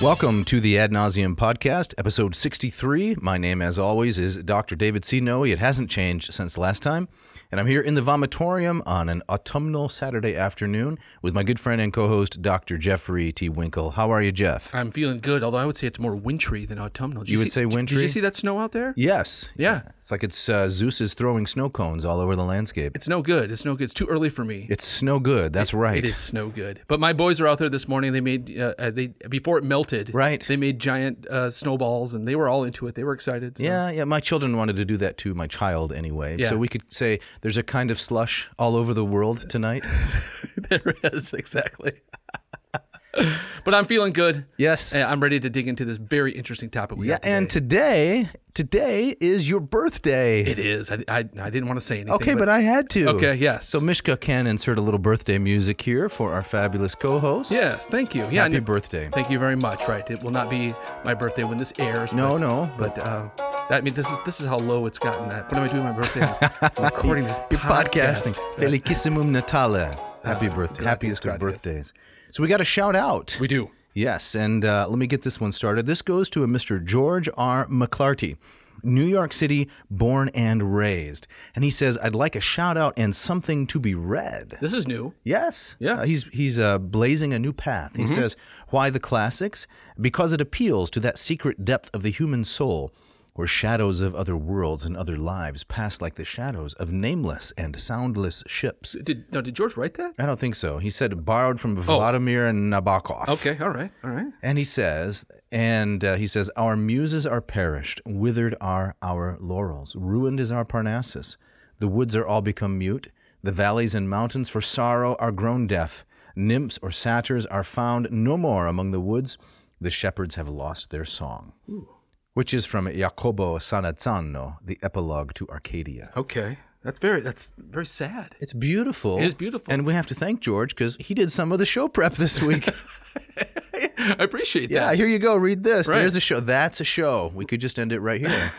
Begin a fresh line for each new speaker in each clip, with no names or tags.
Welcome to the Ad Nauseum Podcast, episode 63. My name, as always, is Dr. David C. Noe. It hasn't changed since last time. And I'm here in the vomitorium on an autumnal Saturday afternoon with my good friend and co host, Dr. Jeffrey T. Winkle. How are you, Jeff?
I'm feeling good, although I would say it's more wintry than autumnal. Did
You would
see-
say
did- Did
wintry?
you see that snow out there?
Yes.
Yeah.
It's like it's uh, Zeus is throwing snow cones all over the landscape.
It's no good. It's no good. It's too early for me.
It's snow good. That's right.
It is snow good. But my boys are out there this morning. They made uh, uh, they before it melted.
Right.
They made giant uh, snowballs, and they were all into it. They were excited. so-
Yeah, yeah. My children wanted to do that too. My child, anyway.
Yeah.
So we could say there's a kind of slush all over the world tonight.
there is exactly. but I'm feeling good.
Yes.
And I'm ready to dig into this very interesting topic. We
Yeah,
got today.
and today, today is your birthday.
it is. I, I, I didn't want to say anything.
Okay, but I had to.
Okay, yes.
So Mishka can insert a little birthday music here for our fabulous co-host.
yes, thank you. Yeah. I
Happy
knew-
birthday.
Thank you very much. Right, it will not be my birthday when this airs.
No,
but-
no, but
But uh, that I mean this is this is how low it's gotten. At. What am I doing my birthday? I'm recording this podcast. Ah,
podcasting. Felicissimum Natale. Happy birthday. Happiest of
gracias.
birthdays. So we got a shout out.
We do.
Yes, and uh, let me get this one started. This goes to a Mr. George R. McClarty, New York City, born and raised. And he says, I'd like a shout out and something to be read.
This is new.
Yes.
Yeah. Mm-hmm.
Uh, he's he's uh, blazing a new path. He says, "Why the classics? Because it appeals to that secret depth of the human soul, where shadows of other worlds and other lives pass like the shadows of nameless and soundless ships."
Did no? Did George write that?
I don't think so. He said borrowed from Vladimir Nabokov.
Oh. Okay. All right. All right.
And he says, and uh, he says, Our muses are perished, withered are our laurels, ruined is our Parnassus. The woods are all become mute, the valleys and mountains for sorrow are grown deaf. Nymphs or satyrs are found no more among the woods, the shepherds have lost their song. Which is from Jacopo Sanazzano, the epilogue to Arcadia.
Okay. That's very. That's very sad.
It's beautiful.
It is beautiful.
And we have to thank George because he did some of the show prep this week.
I appreciate
Yeah,
that.
here you go. Read this.
Right.
There's a show. That's a show. We could just end it right here.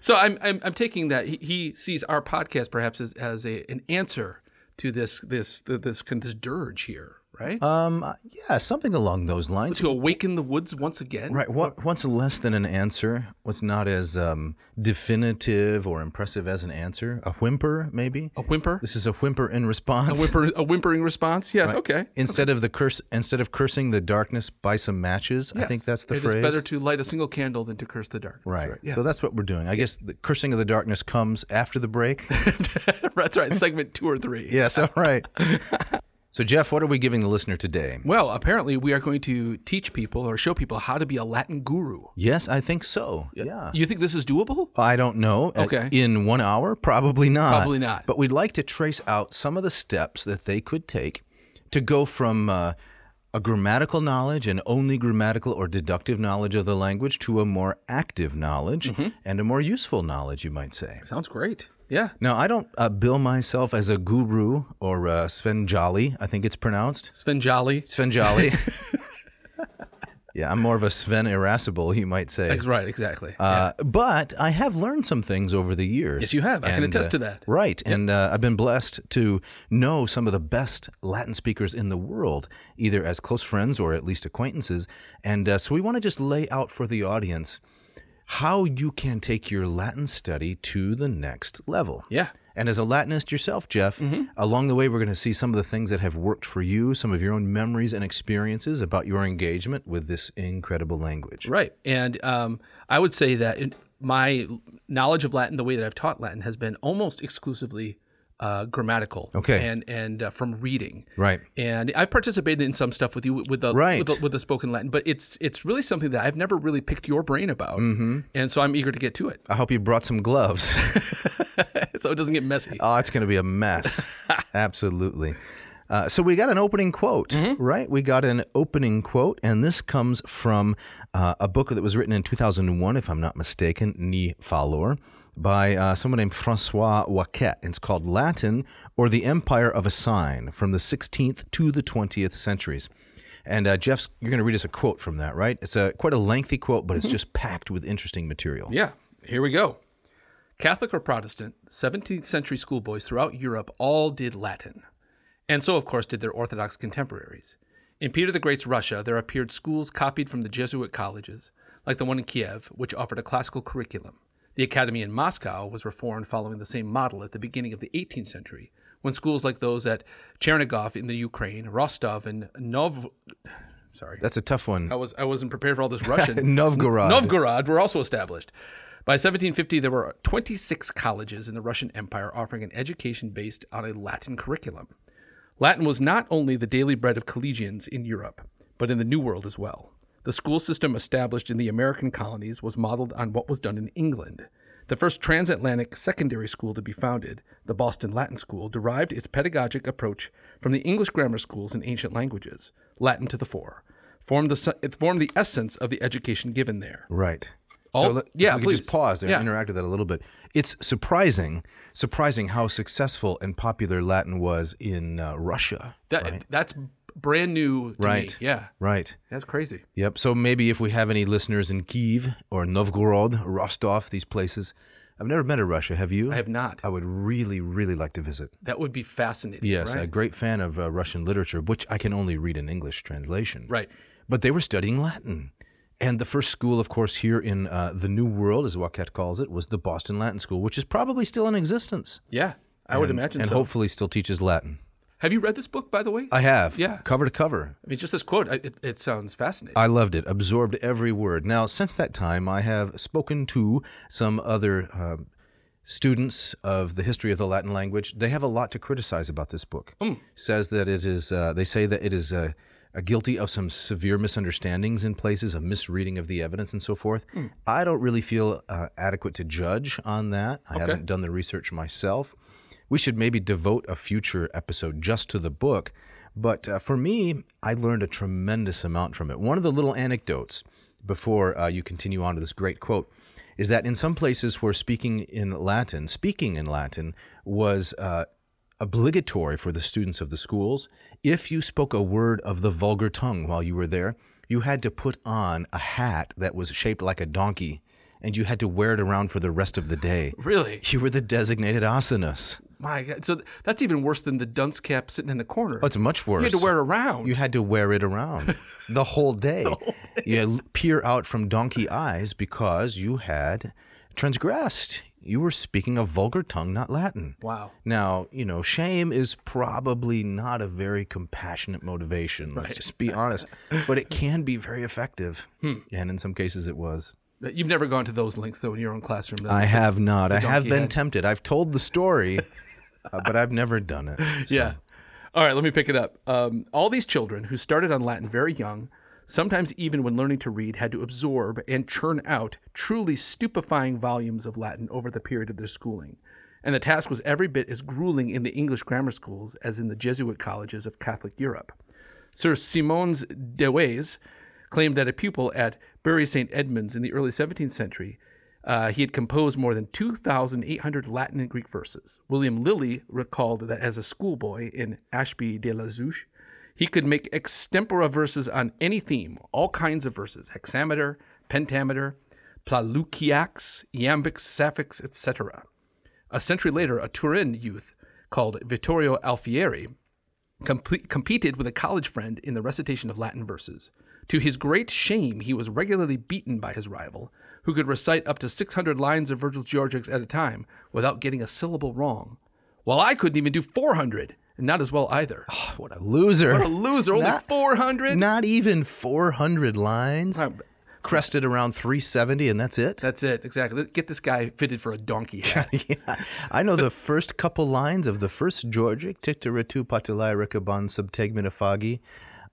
So I'm, I'm I'm taking that he, he sees our podcast perhaps as, as a an answer to this this this this, con- this dirge here, right?
um, uh, yeah, something along those lines.
to awaken the woods once again.
Right. What what's less than an answer? What's not as um, definitive or impressive as an answer? A whimper, maybe.
A whimper.
This is a whimper in response.
A whimper. A whimpering response. Yes. Okay.
Instead of the curse, instead of cursing the darkness by some matches, I think
Yes.
that's the
It is
phrase.
better to light a single candle than to curse the dark.
right.
Yeah.
So that's what we're doing. I guess the cursing of the darkness comes after the break.
That's right. Segment two or three.
yes. All right. So Jeff, what are we giving the listener today?
Well, apparently we are going to teach people or show people how to be a Latin guru.
Yes, I think so. Yeah.
You think this is doable?
I don't know. Uh,
Okay.
In one hour? Probably not.
Probably not.
But we'd like to trace out some of the steps that they could take to go from uh, a grammatical knowledge and only grammatical or deductive knowledge of the language to a more active knowledge
Mm-hmm.
and a more useful knowledge, you might say.
Sounds great. Yeah.
Now, I don't uh, bill myself as a guru or uh, Svenjali, I think it's pronounced.
Svenjali.
Svenjali. yeah, I'm more of a Sven irascible, you might say.
Ex- Right, exactly.
Uh, But I have learned some things over the years.
Yes, you have. I can attest to that.
Right. And uh, I've been blessed to know some of the best Latin speakers in the world, either as close friends or at least acquaintances. And uh, so we want to just lay out for the audience how you can take your Latin study to the next level.
yeah. Mm-hmm.
And as a Latinist yourself, Jeff, along the way, we're going to see some of the things that have worked for you, some of your own memories and experiences about your engagement with this incredible language.
Right. And um, I would say that in my knowledge of Latin, the way that I've taught Latin, has been almost exclusively uh, grammatical.
Okay.
And and uh, from reading.
Right.
And I've participated in some stuff with you with the,
Right.
with the with the spoken Latin, but it's it's really something that I've never really picked your brain about, mm-hmm. and so I'm eager to get to it,
I hope you brought some gloves.
so it doesn't get messy.
Oh, it's going to be a mess. Absolutely. Uh, so we got an opening quote, right? We got an opening quote, and this comes from uh, a book that was written in 2001, if I'm not mistaken, Ni Falor, by uh, someone named Francois Waquet. It's called Latin or the Empire of a Sign from the 16th to the 20th centuries. And uh, Jeff's, you're going to read us a quote from that, right? It's a quite a lengthy quote, but it's just packed with interesting material.
Yeah, here we go. Catholic or Protestant, 17th century schoolboys throughout Europe all did Latin. And so, of course, did their Orthodox contemporaries. In Peter the Great's Russia, there appeared schools copied from the Jesuit colleges, like the one in Kiev, which offered a classical curriculum. The academy in Moscow was reformed following the same model at the beginning of the 18th century, when schools like those at Chernigov in the Ukraine, Rostov, and Nov. Sorry.
That's a tough one.
I was I wasn't prepared for all this Russian.
Novgorod.
Novgorod were also established. By 1750, there were 26 colleges in the Russian Empire offering an education based on a Latin curriculum. Latin was not only the daily bread of collegians in Europe, but in the New World as well. The school system established in the American colonies was modeled on what was done in England. The first transatlantic secondary school to be founded, the Boston Latin School, derived its pedagogic approach from the English grammar schools in ancient languages, Latin to the fore. Formed the, su- it formed the essence of the education given there.
Right.
All-
so let,
yeah,
if we could
please.
just pause there
Yeah.
and interact with that a little bit. It's surprising, surprising how successful and popular Latin was in uh, Russia.
That, That's brand new to
Right.
me. Yeah.
Right.
That's crazy.
Yep. So maybe if we have any listeners in Kiev or Novgorod, Rostov, these places, I've never been to Russia. Have you?
I have not.
I would really, really like to visit.
That would be fascinating.
Yes,
Right.
a great fan of uh, Russian literature, which I can only read in English translation.
Right.
But they were studying Latin. And the first school, of course, here in uh, the New World, as Waquette calls it, was the Boston Latin School, which is probably still in existence.
Yeah. I would imagine
and
so.
hopefully still teaches Latin.
Have you read this book, by the way?
I have.
Yeah.
Cover to cover.
I mean, just this quote, I- it, it sounds fascinating.
I loved it, absorbed every word. Now, since that time, I have spoken to some other um, students of the history of the Latin language. They have a lot to criticize about this book. Says that it is, uh, they say that it is uh, uh, guilty of some severe misunderstandings in places, a misreading of the evidence, and so forth. I don't really feel uh, adequate to judge on that. I haven't done the research myself. We should maybe devote a future episode just to the book. But uh, for me, I learned a tremendous amount from it. One of the little anecdotes before uh, you continue on to this great quote is that in some places where speaking in Latin, speaking in Latin was uh, obligatory for the students of the schools. If you spoke a word of the vulgar tongue while you were there, you had to put on a hat that was shaped like a donkey, and you had to wear it around for the rest of the day.
really?
You were the designated asanas.
My God. So th- that's even worse than the dunce cap sitting in the corner.
Oh, it's much worse.
you had to wear it around.
You had to wear it around the whole day. You had to peer out from donkey eyes because you had transgressed. You were speaking a vulgar tongue, not Latin.
wow.
Now, you know, shame is probably not a very compassionate motivation. Let's just be honest. But it can be very effective.
Hmm.
And in some cases, it was.
You've never gone to those lengths, though, in your own classroom. though.
I have not. I have
donkey
been
head.
tempted. I've told the story, uh, but I've never done it. So-
Yeah. All right, let me pick it up. Um, all these children who started on Latin very young, sometimes even when learning to read, had to absorb and churn out truly stupefying volumes of Latin over the period of their schooling. And the task was every bit as grueling in the English grammar schools as in the Jesuit colleges of Catholic Europe. Sir Simons de Ways claimed that a pupil at Bury St. Edmunds in the early 17th century, uh, he had composed more than 2,800 Latin and Greek verses. William Lilly recalled that as a schoolboy in Ashby de la Zouche, he could make extempora verses on any theme, all kinds of verses, hexameter, pentameter, plalukiacs, iambics, sapphics, etc. A century later, a Turin youth called Vittorio Alfieri complete, competed with a college friend in the recitation of Latin verses. To his great shame, he was regularly beaten by his rival, who could recite up to 600 lines of Virgil's Georgics at a time without getting a syllable wrong. While I couldn't even do 400, and not as well either.
What a loser.
What a loser! Only
Not-
400?
Not even 400 lines.
Um,
Crested around 370, and that's it.
That's it, exactly. Get this guy fitted for a donkey hat.
yeah. I know the first couple lines of the first Georgic, Tictaritu Patilai Rikaban Subtegminifagi.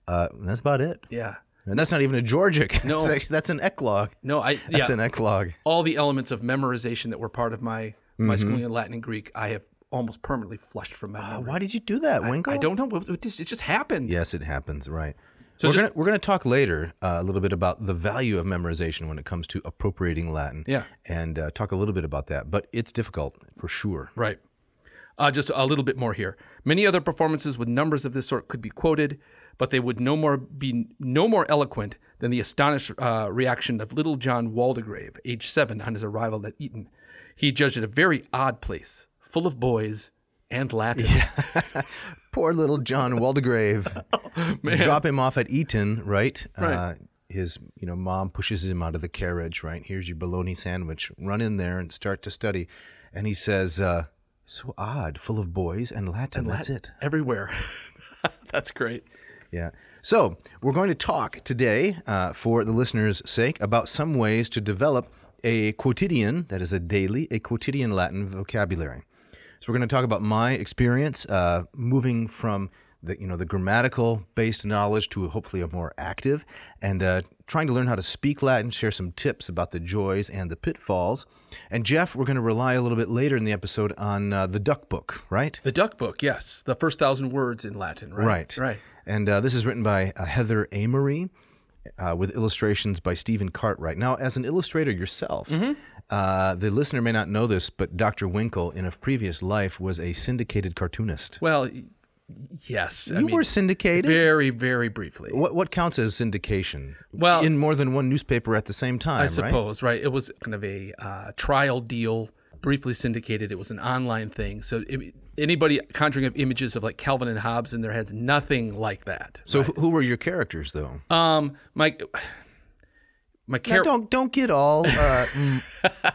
Uh, that's about it.
yeah.
And that's not even a Georgic.
No.
That's, actually, that's an eclogue.
No, I. Yeah.
That's an eclogue.
all the elements of memorization that were part of my my
Mm-hmm.
schooling in Latin and Greek, I have almost
Uh,
permanently flushed from my memory.
Why did you do that, Wingo?
I don't know. It just, it just happened.
Yes, it happens, right.
So
we're
just-
gonna we're gonna talk later uh, a little bit about the value of memorization when it comes to appropriating Latin.
Yeah.
and uh, talk a little bit about that. But it's difficult for sure.
Right. Uh, just a little bit more here. Many other performances with numbers of this sort could be quoted, but they would no more be no more eloquent than the astonished uh, reaction of little John Waldegrave, age seven, on his arrival at Eton. He judged it a very odd place, full of boys and Latin.
Poor little John Waldegrave. Drop him off at Eton, Oh, right? Uh,
Right.
his you know mom pushes him out of the carriage. Right here's your bologna sandwich. Run in there and start to study. And he says, uh, "So odd, full of boys and Latin. that's it."
Everywhere. That's great.
Yeah. So we're going to talk today, uh, for the listeners' sake, about some ways to develop a quotidian, that is a daily, a quotidian Latin vocabulary. So we're going to talk about my experience uh, moving from the you know the grammatical based knowledge to hopefully a more active and uh, trying to learn how to speak Latin. Share some tips about the joys and the pitfalls. And Jeff, we're going to rely a little bit later in the episode on uh, the Duck Book, right?
The Duck Book, yes, the first thousand words in Latin, right?
Right.
Right.
And uh, this is written by uh, Heather Amory uh, with illustrations by Stephen Cartwright. Now, as an illustrator yourself,
Mm-hmm.
uh, the listener may not know this, but Dr. Winkle in a previous life was a syndicated cartoonist.
Well, y- yes. I
you
mean,
were syndicated?
very, very briefly.
what, what counts as syndication?
Well-
in more than one newspaper at the same time,
I
right?
suppose, right? It was kind of a uh, trial deal, briefly syndicated. It was an online thing. So it, anybody conjuring up images of like Calvin and Hobbes in their heads, nothing like that.
So, wh- who were your characters, though?
Um, my my
Now,
character.
don't don't get all uh, mm,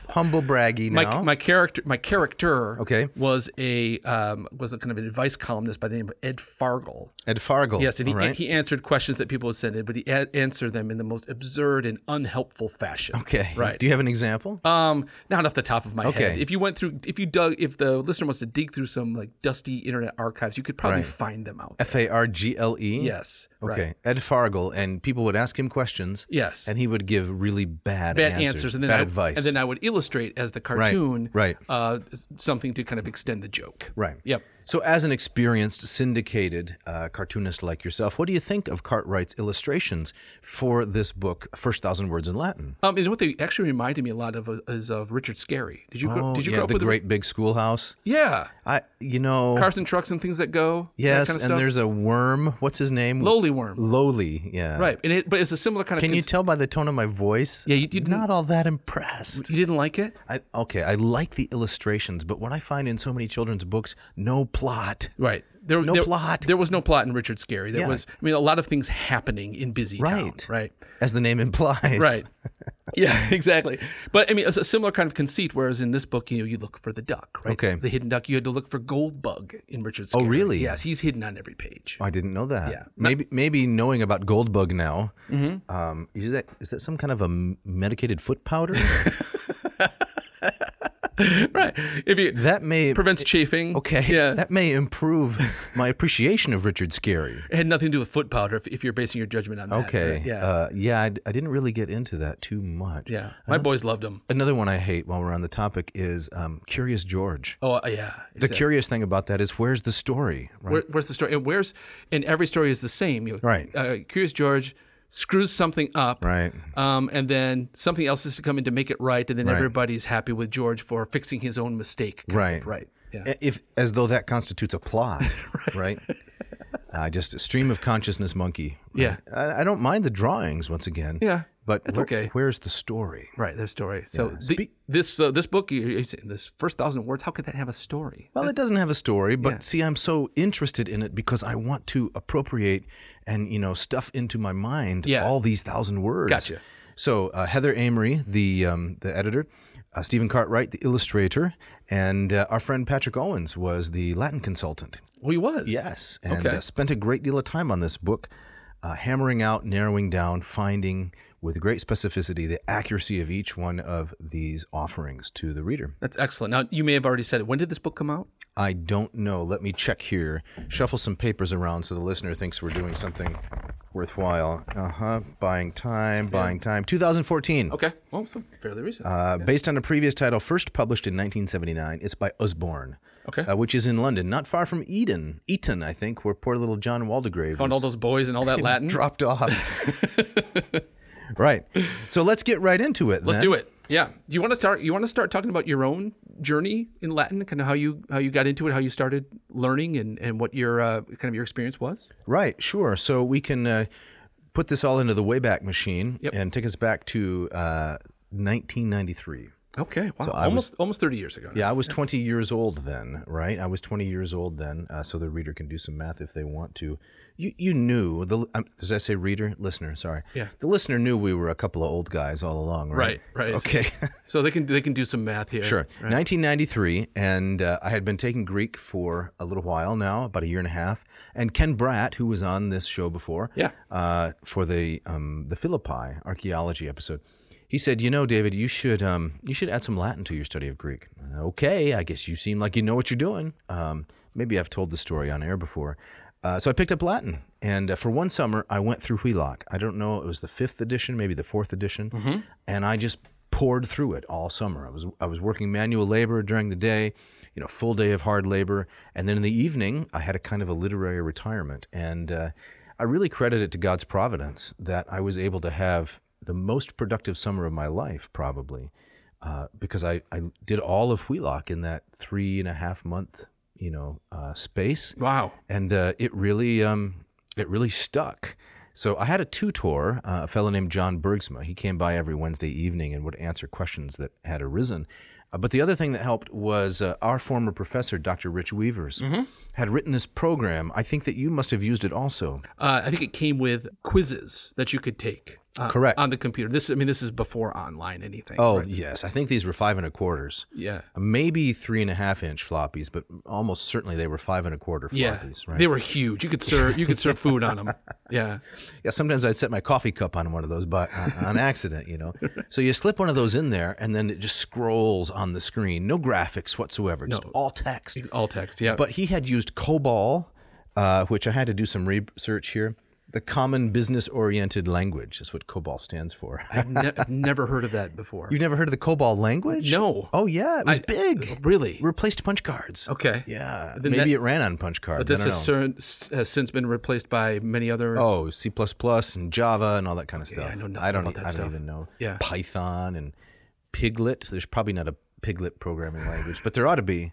humble braggy
My,
now.
my character, my character,
Okay.
was a um, was a kind of an advice columnist by the name of Ed Fargle.
Ed Fargle.
Yes, and he,
all right?
he answered questions that people had sent in, but he a- answered them in the most absurd and unhelpful fashion.
okay.
right.
Do you have an example?
Um, not off the top of my head.
Okay.
If you went through, if you dug, if the listener wants to dig through some like dusty internet archives, you could probably
Right.
find them out.
F A R G L E.
Yes. right.
Okay. Ed Fargle, and people would ask him questions.
Yes.
And he would give really bad,
bad
answers,
answers, and then
bad
I,
advice.
and then I would illustrate as the cartoon,
right.
Uh, something to kind of extend the joke.
right.
Yep.
So, as an experienced syndicated uh, cartoonist like yourself, what do you think of Cartwright's illustrations for this book, First Thousand Words in Latin?
Um, and what they actually reminded me a lot of uh, is of Richard Scarry. Did you grow, did you
Oh, yeah,
grow up
the
with him?
great big schoolhouse.
Yeah,
I, you know,
cars and trucks and things that go. that
yes,
kind of
and
stuff.
there's a worm. What's his name?
lowly worm.
Lowly. Yeah.
Right, and it, but it's a similar kind of.
Can you
cons-
tell by the tone of my voice?
Yeah, you- you
not all that impressed.
you didn't like it?
I, okay, I like the illustrations, but what I find in so many children's books, no plot.
Right. There,
No
there-
plot.
There was no plot in Richard Scarry. There
Yeah.
was, I mean, a lot of things happening in Busy Town.
Right.
Right.
as the name implies.
Right. yeah, exactly. But I mean, it's a similar kind of conceit. Whereas in this book, you know, you look for the duck, right?
Okay. Oh,
The hidden duck. You had to look for Gold Bug in Richard Scarry.
really?
Yes, he's hidden on every page.
Oh, I didn't know that.
Yeah. Mm-hmm.
Maybe maybe knowing about Goldbug now. Um, is that is that some kind of a m- medicated foot powder
right. If you
Oh. that may
prevents chafing.
okay
Yeah.
that may improve my appreciation of Richard Scarry.
it had nothing to do with foot powder. If, if you're basing your judgment on that.
Okay.
right? Yeah.
Uh, yeah. I, d- I didn't really get into that too much.
yeah. My boys loved him.
Another one I hate while we're on the topic is um, Curious George.
Oh uh, yeah.
The
exactly.
curious thing about that is where's the story, right?
Where, where's the story? And where's and every story is the same. You,
Right.
Uh, Curious George screws something up.
Right.
Um, and then something else is to come in to make it right, and then everybody's happy with George for fixing his own mistake. kind of,
Right.
right. Yeah.
A- If as though that constitutes a plot, right? Uh, just a stream of consciousness monkey.
Yeah.
I, I don't mind the drawings once again.
Yeah,
But
that's
where-
okay.
Where's the story?
Right, their story. So the- this uh, this book, you- you say, this first thousand words, how could that have a story?
Well, it doesn't have a story, but see, I'm so interested in it because I want to appropriate and you know stuff into my mind
Yeah.
all these thousand words.
Gotcha.
So uh, Heather Amory, the um, the editor, uh, Stephen Cartwright, the illustrator, and uh, our friend Patrick Owens was the Latin consultant.
Well, he was.
Yes, and
Okay.
uh, spent a great deal of time on this book, uh, hammering out, narrowing down, finding with great specificity the accuracy of each one of these offerings to the reader.
That's excellent. Now you may have already said it. When did this book come out?
I don't know. Let me check here. Shuffle some papers around so the listener thinks we're doing something Worthwhile. Uh huh. Buying time, buying time. 2014.
Okay. Well, so fairly recent.
Uh, Based on a previous title first published in 1979. It's by Usborne.
Okay.
Uh, which is in London, not far from Eden. Eton, I think, where poor little John Waldegrave
Found all
was
those boys and all that Latin.
dropped off. right. So let's get right into it.
Let's do it. Yeah. You want to start? You want to start talking about your own journey in Latin, kind of how you how you got into it, how you started learning, and and what your uh, kind of your experience was.
Right, sure. So we can uh, put this all into the Wayback Machine
Yep.
and take us back to uh, 1993.
Okay. Wow.
I
almost almost thirty years ago.
Yeah, I was 20 years old then, right? I was 20 years old then, uh, so the reader can do some math if they want to. You, you knew the um, did I say reader listener? Sorry.
Yeah.
The listener knew we were a couple of old guys all along, right?
Right. Right.
Okay.
So they can they can do some math here.
Sure. 1993, and uh, I had been taking Greek for a little while now, about a year and a half. And Ken Bratt, who was on this show before,
Yeah.
uh, for the um, the Philippi archaeology episode, he said, "You know, David, you should um, you should add some Latin to your study of Greek." Uh, Okay, I guess you seem like you know what you're doing. Um, maybe I've told the story on air before. Uh, so I picked up Latin, and uh, for one summer I went through Wheelock. I don't know; it was the fifth edition, maybe the fourth edition, and I just poured through it all summer. I was I was working manual labor during the day, you know, full day of hard labor, and then in the evening I had a kind of a literary retirement, and uh, I really credit it to God's providence that I was able to have the most productive summer of my life, probably, uh, because I, I did all of Wheelock in that three and a half month, you know, uh, space
Wow.
and uh, it really um, it really stuck. So I had a tutor, uh, a fellow named John Bergsma. He came by every Wednesday evening and would answer questions that had arisen. Uh, but the other thing that helped was uh, our former professor, Dr. Rich Weavers, had written this program. I think that you must have used it also.
Uh, I think it came with quizzes that you could take. Uh,
Correct.
On the computer. This I mean this is before online anything.
Oh
right?
yes, I think these were five and a quarters, Uh,
yeah.
maybe three and a half inch floppies, but almost certainly they were five and a quarter
Yeah,
floppies. Right?
they were huge. You could serve you could serve food on them. Yeah,
Yeah, sometimes I'd set my coffee cup on one of those by on, on accident, you know. So you slip one of those in there, and then it just scrolls on the screen, no graphics whatsoever, just all text.
all text. Yeah,
But he had used COBOL, uh, which I had to do some research here. The Common Business Oriented Language is what COBOL stands for.
I've, ne- I've never heard of that before.
You've never heard of the COBOL language?
No. uh,
Oh yeah, it was big.
really?
Replaced punch cards.
okay.
Yeah,
Then
maybe
that-
it ran on punch cards. I
This
don't know.
has, cer- s- has since been replaced by many other.
Oh, C and Java and all that kind of stuff.
I know nothing
I don't. e,
about that
I don't
stuff.
even know.
Yeah.
Python and Piglet. There's probably not a Piglet programming language, but there ought to be.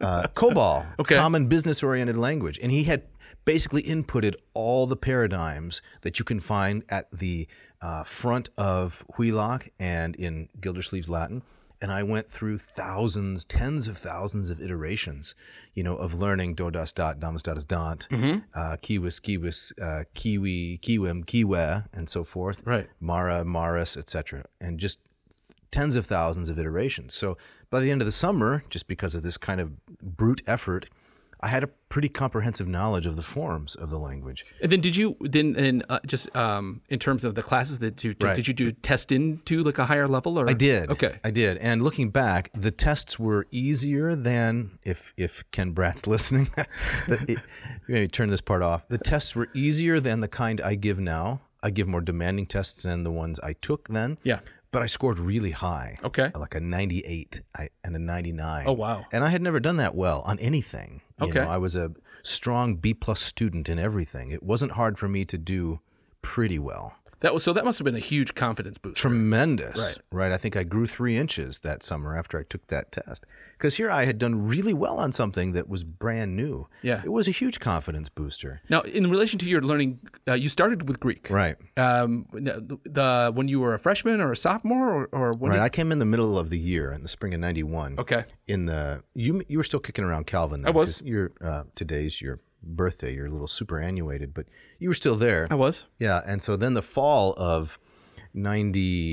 Uh, COBOL,
Okay.
common business-oriented language, and he had basically inputted all the paradigms that you can find at the uh, front of Wheelock and in Gildersleeve's Latin. And I went through thousands, tens of thousands of iterations, you know, of learning do das dot, damas dot is dot, uh, kiwis, kiwis, uh, kiwi, kiwim, kiwe, and so forth.
Right.
Mara, Maris, etc. And just tens of thousands of iterations. So by the end of the summer, just because of this kind of brute effort, I had a pretty comprehensive knowledge of the forms of the language.
And then did you then and uh, just um in terms of the classes that you took,
Right.
did you do test into like a higher level or?
I did.
Okay.
I did. And looking back, the tests were easier than if if Ken Bratt's listening. that it- maybe turn this part off. The tests were easier than the kind I give now. I give more demanding tests than the ones I took then.
Yeah.
But I scored really high.
Okay.
Like a 98 I- and a 99.
Oh, wow.
And I had never done that well on anything. You
Okay.
know, I was a strong B plus student in everything. It wasn't hard for me to do pretty well
That was so. That must have been a huge confidence boost.
tremendous right. i think i grew three inches that summer after i took that test because here i had done really well on something that was brand new
Yeah.
it was a huge confidence booster
Now, in relation to your learning, uh, you started with Greek.
right
Um, the, the when you were a freshman or a sophomore or, or when?
right i came in the middle of the year in the spring of 91
did- okay.
in the you you were still kicking around calvin then,
I was.
'cause your uh, today's your birthday you're a little superannuated but you were still there
I was.
Yeah, and so then the fall of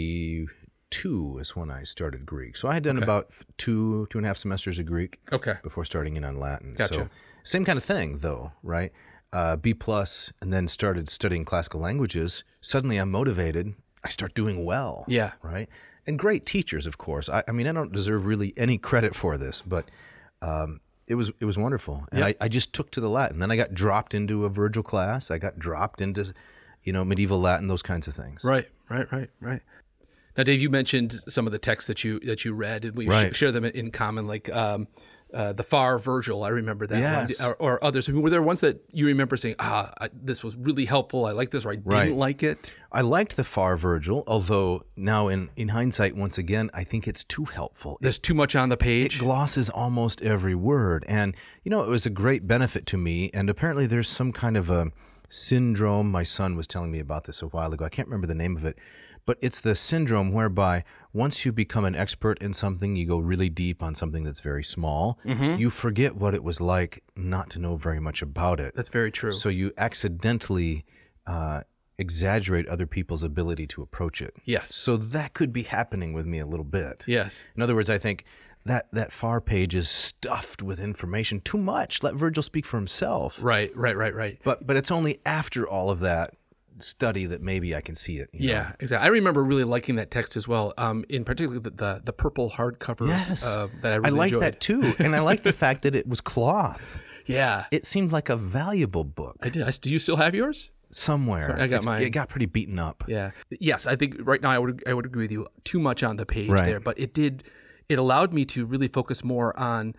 '92 is when I started Greek. So I had done about th- two two and a half semesters of Greek
Okay.
before starting in on Latin. So
Gotcha.
same kind of thing though, right? Uh, B plus, and then started studying classical languages. Suddenly I'm motivated. I start doing well.
Yeah.
Right. And great teachers, of course. I, I mean, I don't deserve really any credit for this, but um, it was it was wonderful, and I, I just took to the Latin. Then I got dropped into a Virgil class. I got dropped into you know, medieval Latin, those kinds of things.
Right, right, right, right. Now, Dave, you mentioned some of the texts that you that you read, and we sh-
Right.
share them in common, like um, uh, the Far Virgil. I remember that,
Yes.
one, or, or others. I mean, were there ones that you remember saying, "Ah, I, this was really helpful. I like this," or "I didn't
Right.
like it."
I liked the far Virgil, although now in, in hindsight, once again, I think it's too helpful.
There's too much on the
It
page.
glosses almost every word. And, you know, it was a great benefit to me. And apparently, there's some kind of a syndrome. My son was telling me about this a while ago. I can't remember the name of it, but it's the syndrome whereby once you become an expert in something, you go really deep on something that's very small.
Mm-hmm.
You forget what it was like not to know very much about it.
That's very true.
So you accidentally uh, exaggerate other people's ability to approach it.
yes,
So that could be happening with me a little bit.
yes.
In other words, I think that that far page is stuffed with information too much. Let Virgil speak for himself.
Right, right, right, right.
But but it's only after all of that study that maybe I can see it. you know?
Yeah, exactly. I remember really liking that text as well. Um, in particular, the the, the purple hardcover.
Yes.
uh, that I really
I liked
enjoyed.
that too, and I liked the fact that it was cloth.
Yeah,
It seemed like a valuable book
I did. I, do you still have yours?
somewhere.
Sorry, I got mine.
It got pretty beaten up.
Yeah. Yes, I think right now I would I would agree with you. Too much on the page
Right.
there, but it did it allowed me to really focus more on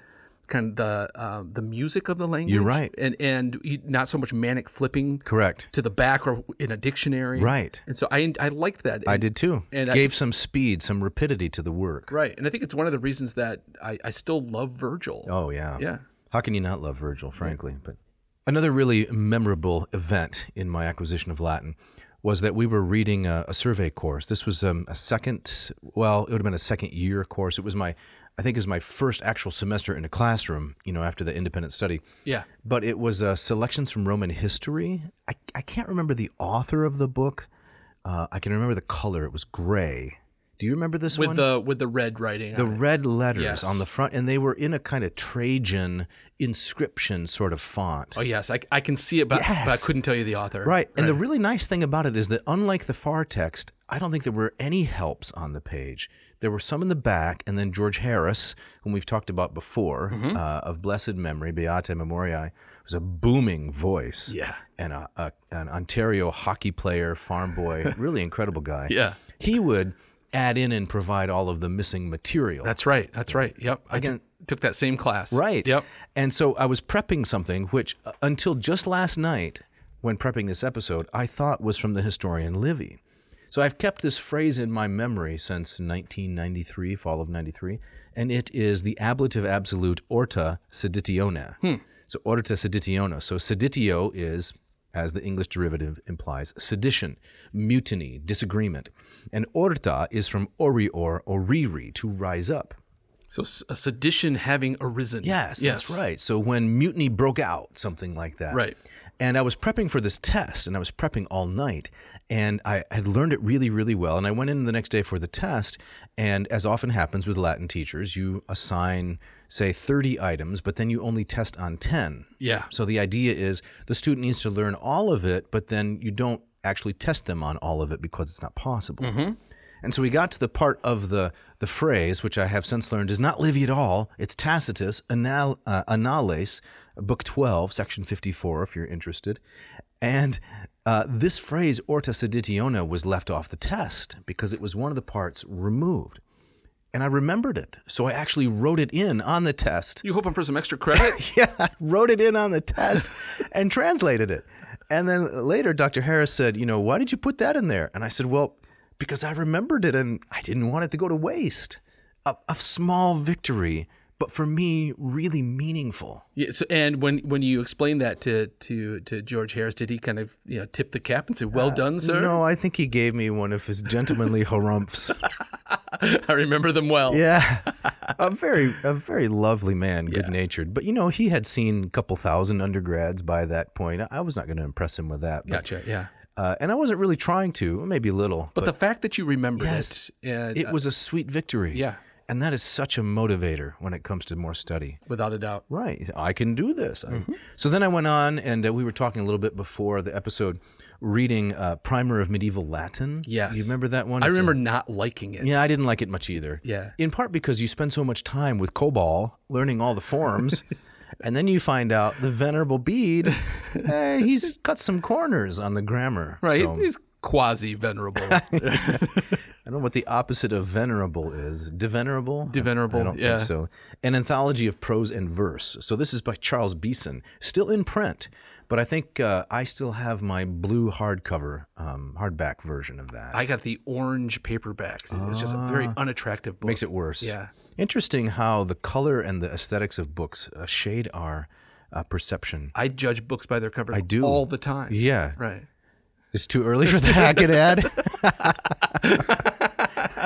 kind of the um, the music of the language.
right.
And and you- not so much manic flipping
Correct.
to the back or in a dictionary.
Right.
And so I I liked that.
I
And-
did too.
and I-
Gave some speed, some rapidity to the work.
Right. And I think it's one of the reasons that I, I still love Virgil.
Oh yeah.
Yeah.
How can you not love Virgil, frankly? But another really memorable event in my acquisition of Latin was that we were reading a, a survey course. This was um, a second, well, it would have been a second year course. It was my, I think, it was my first actual semester in a classroom. You know, after the independent study.
Yeah.
But it was uh, selections from Roman history. I, I can't remember the author of the book. Uh, I can remember the color. It was gray. Do you remember this
With
one?
the with the red writing.
the
on it.
red letters
Yes.
on the front, and they were in a kind of Trajan inscription sort of font.
Oh yes, I, I can see it, but,
Yes.
but I couldn't tell you the author.
Right. And the really nice thing about it is that, unlike the far text, I don't think there were any helps on the page. There were some in the back, and then George Harris, whom we've talked about before,
Mm-hmm.
uh, of blessed memory, Beata Memoriae, was a booming voice.
Yeah.
And a, a, an Ontario hockey player, farm boy, really incredible guy.
Yeah.
He would add in and provide all of the missing material.
That's right. That's right. Yep. I
Again-
took- took that same class.
Right.
Yep.
And so I was prepping something which uh, until just last night when prepping this episode, I thought was from the historian Livy. So I've kept this phrase in my memory since 1993, fall of 93, and it is the ablative absolute orta seditiona. So orta seditiona. So seditio is as the English derivative implies, sedition, mutiny, disagreement. And orta is from orior, oriri, to rise up.
So s- a sedition having arisen.
Yes, that's right. So when mutiny broke out, something like that.
Right.
And I was prepping for this test, and I was prepping all night, and I had learned it really, really well. And I went in the next day for the test, and as often happens with Latin teachers, you assign, say, 30 items, but then you only test on 10.
Yeah.
So the idea is the student needs to learn all of it, but then you don't actually test them on all of it because it's not possible. And so we got to the part of the the phrase, which I have since learned is not Livy at all. It's Tacitus, Anal, uh, Annales, Book 12, Section 54, if you're interested. And uh, this phrase, Orta Seditiona, was left off the test because it was one of the parts removed. And I remembered it. So I actually wrote it in on the test
You hoping for some extra credit?
yeah, I wrote it in on the test and translated it. And then later, Dr. Harris said, You know, why did you put that in there? And I said, Well, because I remembered it and I didn't want it to go to waste. A, a small victory, but for me, really meaningful.
yeah, so, and when when you explained that to to to George Harris, did he kind of you know tip the cap and say, "Well done, sir"?
Uh, No, I think he gave me one of his gentlemanly harumphs.
I remember them well.
Yeah, a very a very lovely man, good natured. But you know, he had seen a couple thousand undergrads by that point. I was not going to impress him with that. But
Gotcha. Yeah.
uh, and I wasn't really trying to, maybe a little.
But, the fact that you remembered
Yes.
it, and, uh,
it was a sweet victory.
yeah.
And that is such a motivator when it comes to more study.
without a doubt.
Right. I can do this. I-
Mm-hmm.
So then I went on, and uh, we were talking a little bit before the episode, reading uh, Primer of Medieval Latin.
Yes.
You remember that one?
I
It's a-
remember not liking it.
yeah, I didn't like it much either.
Yeah.
In part because you spend so much time with COBOL learning all the forms. And then you find out the venerable Bede, eh, he's cut some corners on the grammar.
Right.
So,
He's quasi venerable.
I don't know what the opposite of venerable is. Devenerable?
Devenerable,
I don't
yeah.
think so. An anthology of prose and verse. So this is by Charles Beeson, still in print, but I think uh, I still have my blue hardcover, um, hardback version of that.
I got the orange paperbacks. It's just a very unattractive book.
Ah. Makes it worse.
Yeah.
Interesting how the color and the aesthetics of books uh, shade our uh, perception.
I judge books by their cover. I
do.
all the time.
Yeah.
Right.
It's too early for the hack it ad.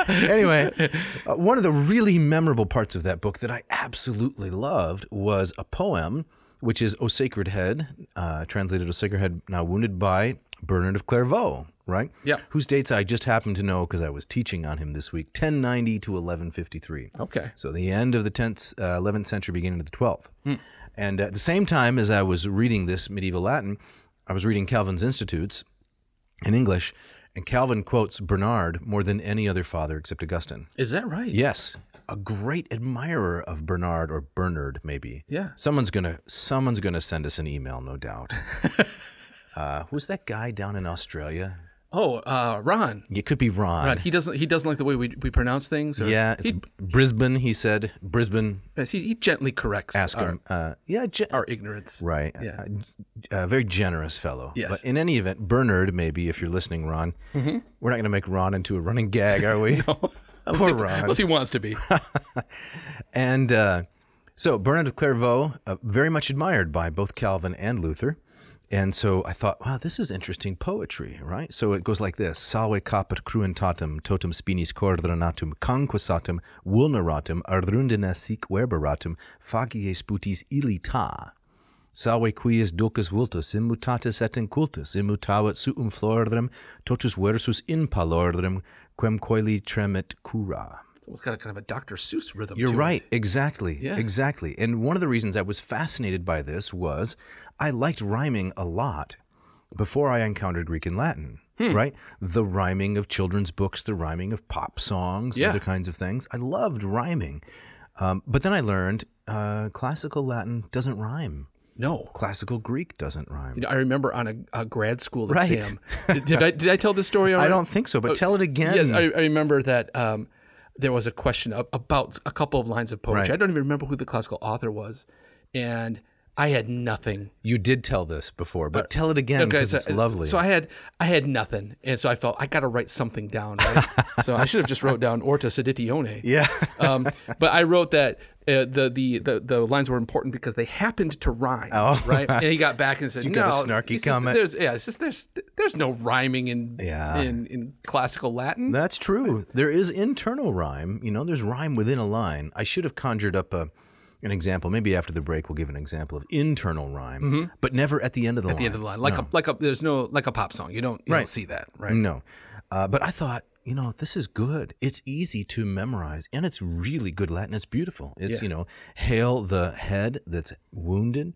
anyway, uh, one of the really memorable parts of that book that I absolutely loved was a poem, which is O Sacred Head, uh, translated O Sacred Head, now wounded by Bernard of Clairvaux, right?
Yeah.
Whose dates I just happened to know because I was teaching on him this week 1090 to 1153.
Okay.
So the end of the 10th, uh, 11th century, beginning of the 12th.
Hmm.
And at the same time as I was reading this medieval Latin, I was reading Calvin's Institutes in English, and Calvin quotes Bernard more than any other father except Augustine.
Is that right?
Yes, a great admirer of Bernard or Bernard, maybe.
Yeah.
Someone's gonna someone's gonna send us an email, no doubt. uh, who's that guy down in Australia?
Oh, uh, Ron.
It could be Ron.
Ron. He doesn't. He doesn't like the way we, we pronounce things. Or
yeah, it's
He,
B- Brisbane. He said Brisbane.
yes, he, he gently corrects
Ask
our,
him. Uh, yeah, ge-
our ignorance.
Right.
Yeah.
A, a very generous fellow.
Yes. Mm-hmm.
But in any event, Bernard, maybe, if you're listening, Ron, we're not going to make Ron into a running gag, are we?
Unless he-
Ron.
Unless he wants to be.
And uh, so Bernard of Clairvaux, uh, very much admired by both Calvin and Luther. And so I thought, wow, this is interesting poetry, right? So it goes like this Salve caput cruentatum, totum spinis cordranatum, conquestatum, vulneratum, ardundina sic verberatum, facies putis illita. Salve quies dulcis vultus, immutatis et incultus, immutavit suum florem, totus versus in palordrem, quem coeli tremit cura.
It's got a kind of a Dr. Seuss rhythm.
You're
to it.
right. Exactly.
Yeah.
Exactly. And one of the reasons I was fascinated by this was I liked rhyming a lot before I encountered Greek and Latin.
Hmm.
Right? The rhyming of children's books, the rhyming of pop songs,
Yeah.
other kinds of things. I loved rhyming. Um, but then I learned uh, classical Latin doesn't rhyme.
No.
Classical Greek doesn't rhyme.
You know, I remember on a, a grad school
Right.
exam. Did, did I did I tell this story?
I
Already?
don't think so, but tell it again.
uh, Yes, I, I remember that um, there was a question ab- about a couple of lines of poetry.
Right.
I don't even remember who the classical author was, and I had nothing.
you did tell this before, but tell it again because
Uh, so, uh,
it's lovely.
So I had I had nothing, and so I felt I got to write something down. Right? so I should have just wrote down Orta Seditione.
yeah.
Um, but I wrote that. Uh, the, the the the lines were important because they happened to rhyme,
Oh.
right? And he got back and said, "You
got a
no,
snarky
he says,
comment.
There's, yeah, it's just there's there's no rhyming in
Yeah.
in, in classical Latin.
That's true. There is internal rhyme. You know, there's rhyme within a line. I should have conjured up a, an example. Maybe after the break, we'll give an example of internal rhyme, but never at the end of the line.
Mm-hmm. the end of the line, like a like a there's no like a pop song. You don't you
Right.
don't see that, right?
No. Uh, but I thought, you know, this is good. It's easy to memorize, and it's really good Latin. It's beautiful. It's, you
Yeah.
know, hail the head that's wounded,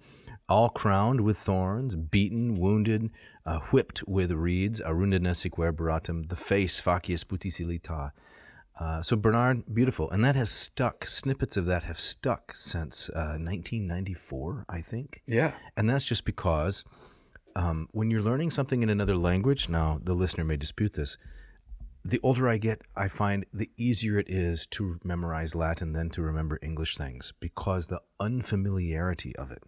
all crowned with thorns, beaten, wounded, uh, whipped with reeds, arundina sequerberatum, the face, facies putis illita. Uh, so Bernard, beautiful, and that has stuck. Snippets of that have stuck since uh, 1994, I think.
Yeah.
And that's just because um, when you're learning something in another language, now the listener may dispute this. The older I get, I find the easier it is to memorize Latin than to remember English things because the unfamiliarity of it.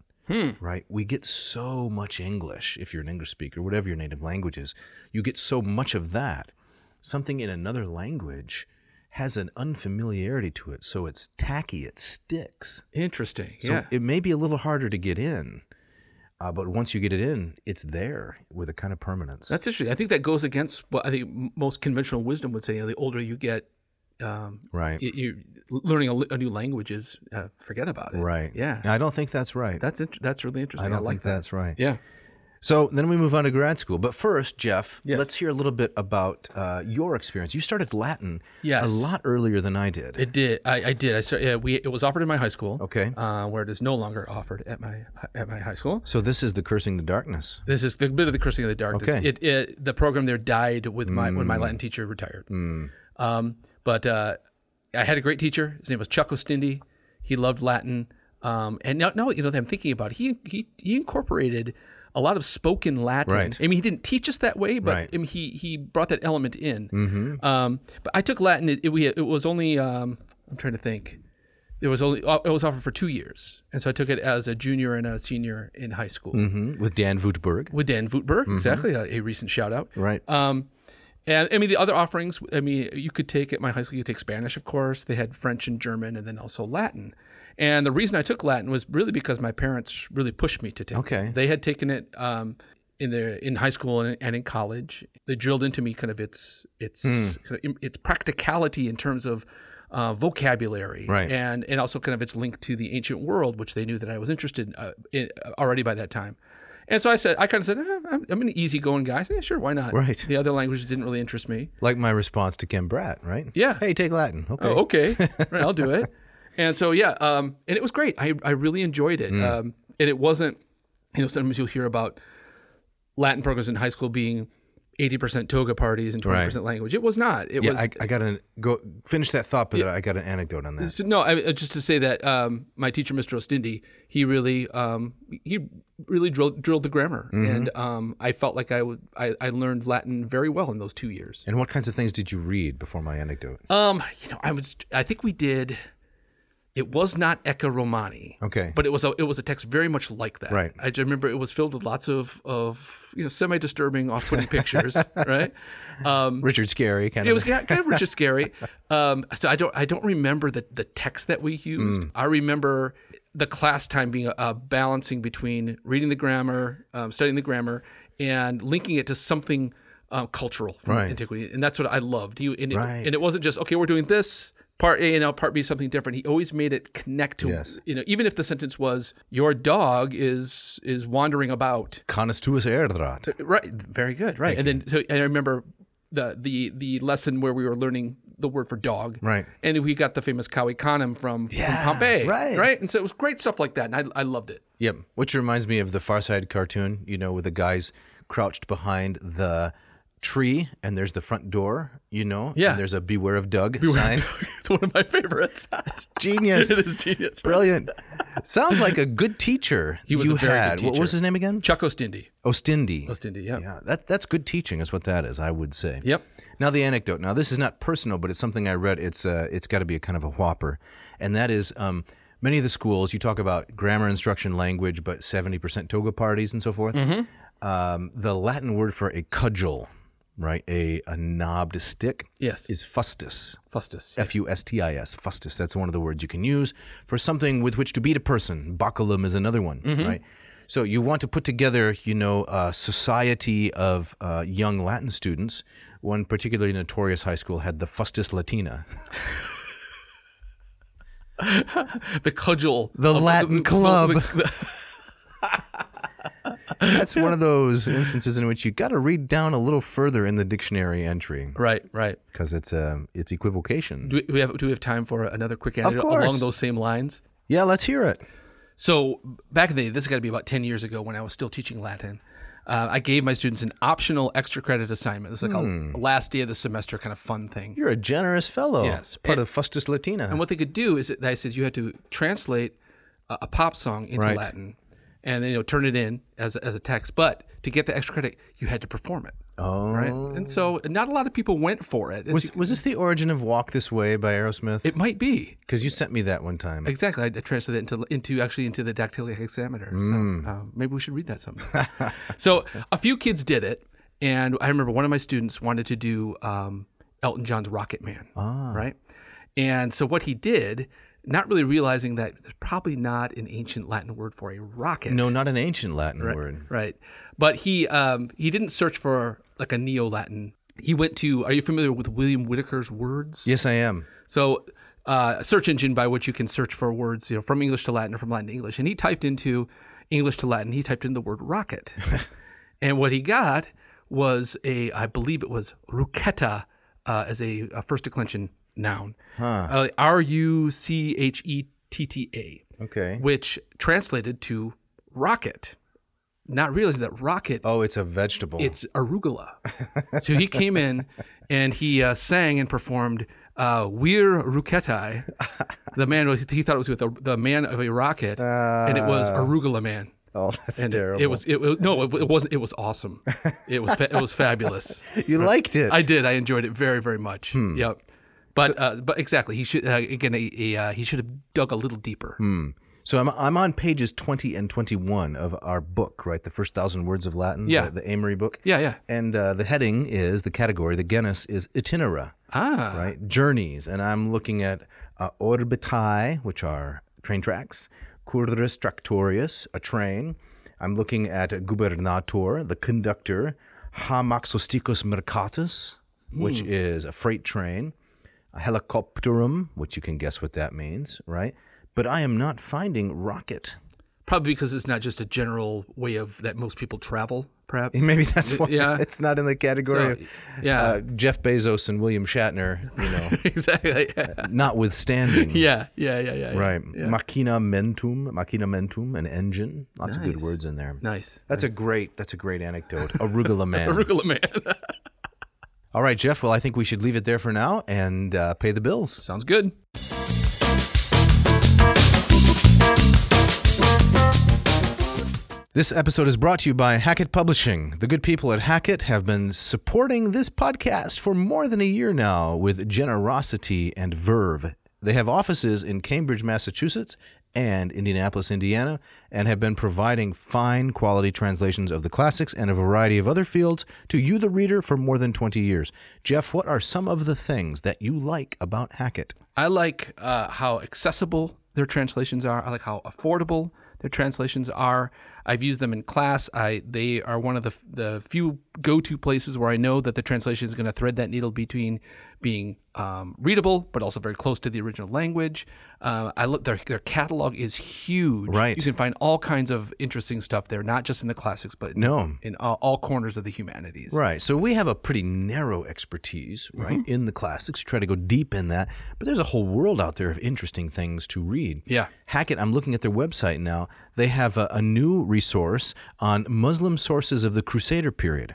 Right? We get so much English, if you're an English speaker, whatever your native language is, you get so much of that. Something in another language has an unfamiliarity to it. So it's tacky, it sticks.
Interesting.
So
yeah.
it may be a little harder to get in, uh, but once you get it in, it's there with a kind of permanence.
That's interesting. I think that goes against what I think m- most conventional wisdom would say. You know, the older you get, um,
right.
you, you learning a, li- a new language is uh, forget about it.
right.
Yeah.
I don't think that's right.
That's int- that's really
I
interesting. I,
don't
like
think
that.
that's right.
Yeah.
So then we move on to grad school. But first, Jeff,
Yes.
let's hear a little bit about uh, your experience. You started Latin
Yes.
a lot earlier than I did.
It did. I, I did. I started, yeah, we it was offered in my high school.
Okay.
Uh, where it is no longer offered at my at my high school.
so this is the cursing the darkness.
This is the bit of the cursing of the darkness.
Okay. Mm.
It, it the program there died with my when my Latin teacher retired. Um, but uh, I had a great teacher. His name was Chuck Ostindi. He loved Latin. Um, and now, now, you know, that I'm thinking about it, he he he incorporated a lot of spoken Latin.
Right.
I mean, he didn't teach us that way, but
Right.
I mean, he he brought that element in. Mm-hmm. Um, but I took Latin. It, it, we, it was only um, I'm trying to think. It was only it was offered for two years, and so I took it as a junior and a senior in high school
hmm with Dan Voetberg.
with Dan Voetberg. Exactly, a, a recent shout out.
Right.
Um, and I mean the other offerings. I mean, you could take at my high school. You could take Spanish, of course. They had French and German, and then also Latin. And the reason I took Latin was really because my parents really pushed me to take.
Okay.
It. They had taken it um, in their in high school and, and in college. They drilled into me kind of its its
Hmm.
kind of its practicality in terms of uh, vocabulary,
Right.
And and also kind of its link to the ancient world, which they knew that I was interested in, uh, in already by that time. And so I said, I kind of said, eh, I'm, I'm an easygoing guy. I said, yeah, sure, why not?
Right.
The other languages didn't really interest me.
Like my response to Ken Bratt, right?
Yeah.
Hey, take Latin. Okay.
Oh, okay, right, I'll do it. And so yeah, um, and it was great. I I really enjoyed it.
Mm.
Um, and it wasn't, you know, sometimes you'll hear about Latin programs in high school being. 80% toga parties and 20% language. It was not. It
yeah,
was
I, I got to go finish that thought, but I got an anecdote on that.
So, no, I, uh, just to say that um, my teacher, Mr. Ostindi, he really um, he really drilled, drilled the grammar,
Mm-hmm.
and um, I felt like I would I, I learned Latin very well in those two years.
And what kinds of things did you read before my anecdote?
Um, you know, I was I think we did. It was not Ecce Romani.
Okay.
But it was a it was a text very much like that.
Right.
I just remember it was filled with lots of of you know semi disturbing off putting pictures. Right.
Richard Scary kind
It
of.
was kind of kind of just scary. Um, so I don't I don't remember the the text that we used.
Mm.
I remember the class time being a, a balancing between reading the grammar, um, studying the grammar, and linking it to something um, cultural from
Right.
antiquity, and that's what I loved. He and it,
Right.
and it wasn't just okay, we're doing this. Part A and now part B something different. He always made it connect to
Yes.
you know, even if the sentence was "Your dog is is wandering about,"
Connoisseurs Erdraht.
Right. Very good. Right. and then so and I remember the the the lesson where we were learning the word for dog.
Right.
And we got the famous Kawi Kanem from,
Yeah,
from Pompeii.
right.
Right. And so it was great stuff like that. And I, I loved it.
Yep. Which reminds me of the Far Side cartoon, you know, with the guys crouched behind the tree and there's the front door, you know?
Yeah.
And there's a beware of Doug sign.
it's one of my favorites.
Genius.
it is genius.
Brilliant. Sounds like a good teacher he
was
you
a very good
had. What was
teacher.
his name again?
Chuck Ostindi.
Ostindi.
Ostindi, yeah.
Yeah, that, that's good teaching is what that is, I would say.
Yep.
Now the anecdote. Now this is not personal, but it's something I read. It's uh, it's got to be a kind of a whopper, and that is um, many of the schools you talk about grammar instruction, language, but seventy percent toga parties and so forth. Um, the Latin word for a cudgel, right, a a knobbed stick,
Yes.
is fustus.
Fustus.
F U S T I S, fustus. That's one of the words you can use for something with which to beat a person. Baculum is another one,
Mm-hmm.
right? So you want to put together, you know, a society of uh, young Latin students. One particularly notorious high school had the Fustus Latina,
The cudgel.
the Latin Club.
the-
That's one of those instances in which you got to read down a little further in the dictionary entry
right. Right.
because it's um, it's equivocation.
Do we, do we have do we have time for another quick anecdote
course.
along those same lines?
yeah, let's hear it.
So back in the day, this has got to be about 10 years ago when I was still teaching Latin. Uh, I gave my students an optional extra credit assignment. It was like
Hmm.
a last day of the semester kind of fun thing.
You're a generous fellow.
Yes.
part of Fustus Latina.
And what they could do is that I said you had to translate a, a pop song into
Right.
Latin and then, you know, turn it in as, as a text. But to get the extra credit, you had to perform it.
oh.
Right. And so not a lot of people went for it. It's-
Was, was this the origin of Walk This Way by Aerosmith?
it might be.
Because you sent me that one time.
Exactly. I translated it into, into actually into the dactylic hexameter. So uh, maybe we should read that sometime. so a few kids did it, and I remember one of my students wanted to do um, Elton John's Rocket Man, right? And so what he did, not really realizing that there's probably not an ancient Latin word for a rocket.
No, not an ancient Latin word.
Right. But he um, he didn't search for like a Neo Latin. He went to. Are you familiar with William Whitaker's words?
Yes, I am.
So, uh, a search engine by which you can search for words, you know, from English to Latin or from Latin to English. And he typed into English to Latin. He typed in the word rocket, and what he got was a, I believe it was rucetta uh, as a, a first declension noun, Uh, R U C H E T T A,
Okay.
which translated to rocket. Not realizing that rocket
Oh, it's a vegetable.
it's arugula. so he came in and he uh, sang and performed uh, Weir Ruketai. the man was he thought it was with a, the man of a rocket, and it was Arugula Man.
Oh, that's
And it-
terrible.
It, was it, was no, it, it wasn't. It was awesome. It was fa- it was fabulous.
you liked it.
I did. I enjoyed it very very much. Yep. But uh, but exactly, he should uh, again a, a, uh, he should have dug a little deeper.
So I'm, I'm on pages 20 and 21 of our book, right? The first thousand words of Latin,
Yeah.
the, the Amory book.
Yeah yeah.
And uh, the heading is the category, the genus is itinera,
Ah
right? Journeys. And I'm looking at uh, orbitae, which are train tracks, curdris tractorius, a train. I'm looking at gubernator, the conductor, hamaxosticus mercatus, which
Hmm.
is a freight train, a helicopterum, which you can guess what that means, right? But I am not finding rocket.
probably because it's not just a general way of that most people travel. Perhaps
Maybe that's why
yeah.
it's not in the category.
So,
of,
yeah.
uh, Jeff Bezos and William Shatner, you know,
exactly. Yeah.
notwithstanding.
yeah yeah yeah yeah.
Right.
Yeah.
Machina mentum, machina mentum, an engine. Lots of good
Nice.
words in there.
Nice.
That's a great. That's a great anecdote. Arugula man.
Arugula Man.
All right, Jeff. Well, I think we should leave it there for now and uh, pay the bills.
Sounds good.
This episode is brought to you by Hackett Publishing. The good people at Hackett have been supporting this podcast for more than a year now with generosity and verve. They have offices in Cambridge, Massachusetts and Indianapolis, Indiana, and have been providing fine quality translations of the classics and a variety of other fields to you, the reader, for more than 20 years. Jeff, what are some of the things that you like about Hackett?
I like uh, how accessible their translations are. I like how affordable their translations are. I've used them in class. I they are one of the the few go to places where I know that the translation is going to thread that needle between being um, readable but also very close to the original language. Uh, I look their their catalog is huge.
Right.
you can find all kinds of interesting stuff there, not just in the classics, but in,
No.
in all, all corners of the humanities.
Right. So we have a pretty narrow expertise, right,
Mm-hmm.
in the classics. Try to go deep in that. But there's a whole world out there of interesting things to read.
Yeah.
Hackett, I'm looking at their website now. They have a, a new resource on Muslim sources of the Crusader period.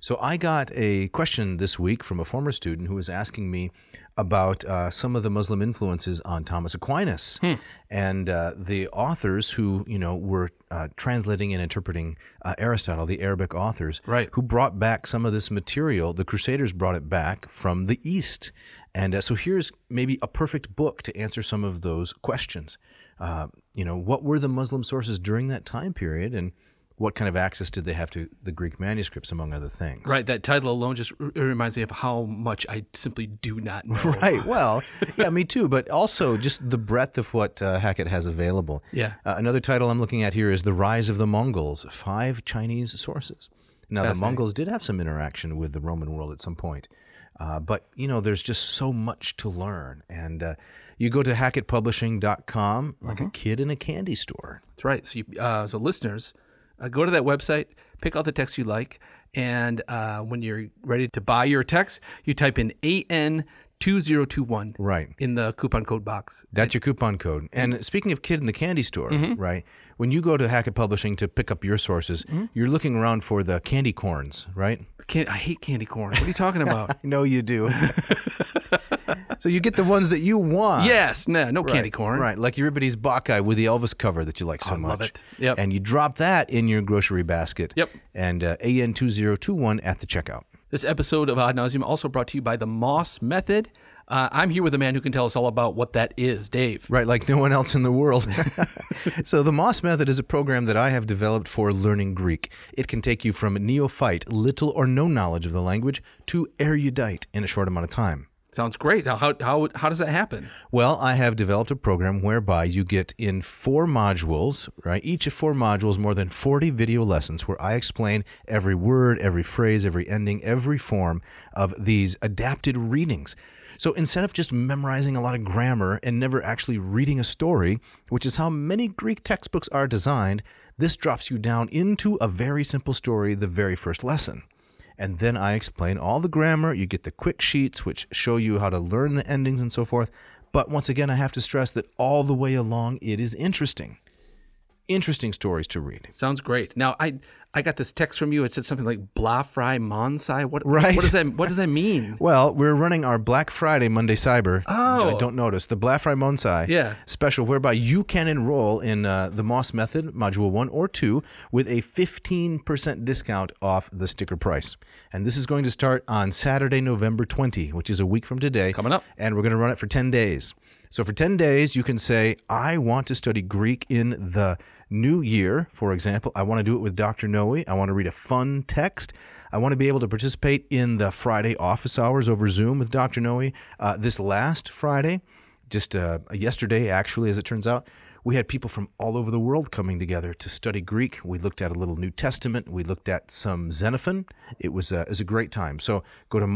So I got a question this week from a former student who was asking me about uh, some of the Muslim influences on Thomas Aquinas
Hmm.
and uh, the authors who you know were uh, translating and interpreting uh, Aristotle, the Arabic authors,
Right.
who brought back some of this material. The Crusaders brought it back from the East, and uh, so here's maybe a perfect book to answer some of those questions. Uh, you know, what were the Muslim sources during that time period, and what kind of access did they have to the Greek manuscripts, among other things?
Right, that title alone just r- reminds me of how much I simply do not know.
Right. Well, yeah, me too. But also just the breadth of what uh, Hackett has available.
Yeah.
Uh, another title I'm looking at here is The Rise of the Mongols Five Chinese Sources. Now, the
Fascinating.
Mongols did have some interaction with the Roman world at some point. Uh, but, you know, there's just so much to learn. And uh, you go to hackettpublishing.com like
Mm-hmm.
a kid in a candy store.
That's right. So, you, uh, so listeners, uh, go to that website, pick out the text you like, and uh, when you're ready to buy your text, you type in AN two zero two one
Right.
in the coupon code box.
That's your coupon code.
Mm-hmm.
And speaking of kid in the candy store, right? When you go to Hackett Publishing to pick up your sources,
Mm-hmm.
you're looking around for the candy corns, right?
Can- I hate candy corn. What are you talking about?
No, you do. so you get the ones that you want.
yes, no, no candy corn.
Right, like Euripides Bacchae with the Elvis cover that you like so
I
much.
love it. Yep.
And you drop that in your grocery basket.
Yep.
And uh, AN2021 at the checkout.
This episode of Ad Nauseum also brought to you by the Moss Method. Uh, I'm here with a man who can tell us all about what that is, Dave.
Right, like no one else in the world. so, the Moss Method is a program that I have developed for learning Greek. It can take you from neophyte, little or no knowledge of the language, to erudite in a short amount of time.
Sounds great. Now, how, how, how does that happen?
Well, I have developed a program whereby you get in four modules, right? Each of four modules, more than 40 video lessons where I explain every word, every phrase, every ending, every form of these adapted readings. So instead of just memorizing a lot of grammar and never actually reading a story, which is how many Greek textbooks are designed, this drops you down into a very simple story the very first lesson. And then I explain all the grammar. You get the quick sheets, which show you how to learn the endings and so forth. But once again, I have to stress that all the way along, it is interesting. interesting stories to read.
Sounds great. Now I I got this text from you. It said something like "blah fry monsai." What
Right.
What does that What does that mean?
Well, we're running our Black Friday Monday Cyber.
Oh.
I don't notice the Black Friday Monsai
Yeah.
special, whereby you can enroll in uh, the Moss Method Module One or Two with a fifteen percent discount off the sticker price. And this is going to start on Saturday, November twenty, which is a week from today.
Coming up.
and we're going to run it for ten days. So for ten days, you can say, "I want to study Greek in the." New year, for example, I want to do it with Dr. Noe. I want to read a fun text. I want to be able to participate in the Friday office hours over Zoom with Dr. Noe. Uh, this last Friday, just uh, yesterday, actually, as it turns out, we had people from all over the world coming together to study Greek. We looked at a little New Testament. We looked at some Xenophon. It was a, it was a great time. So go to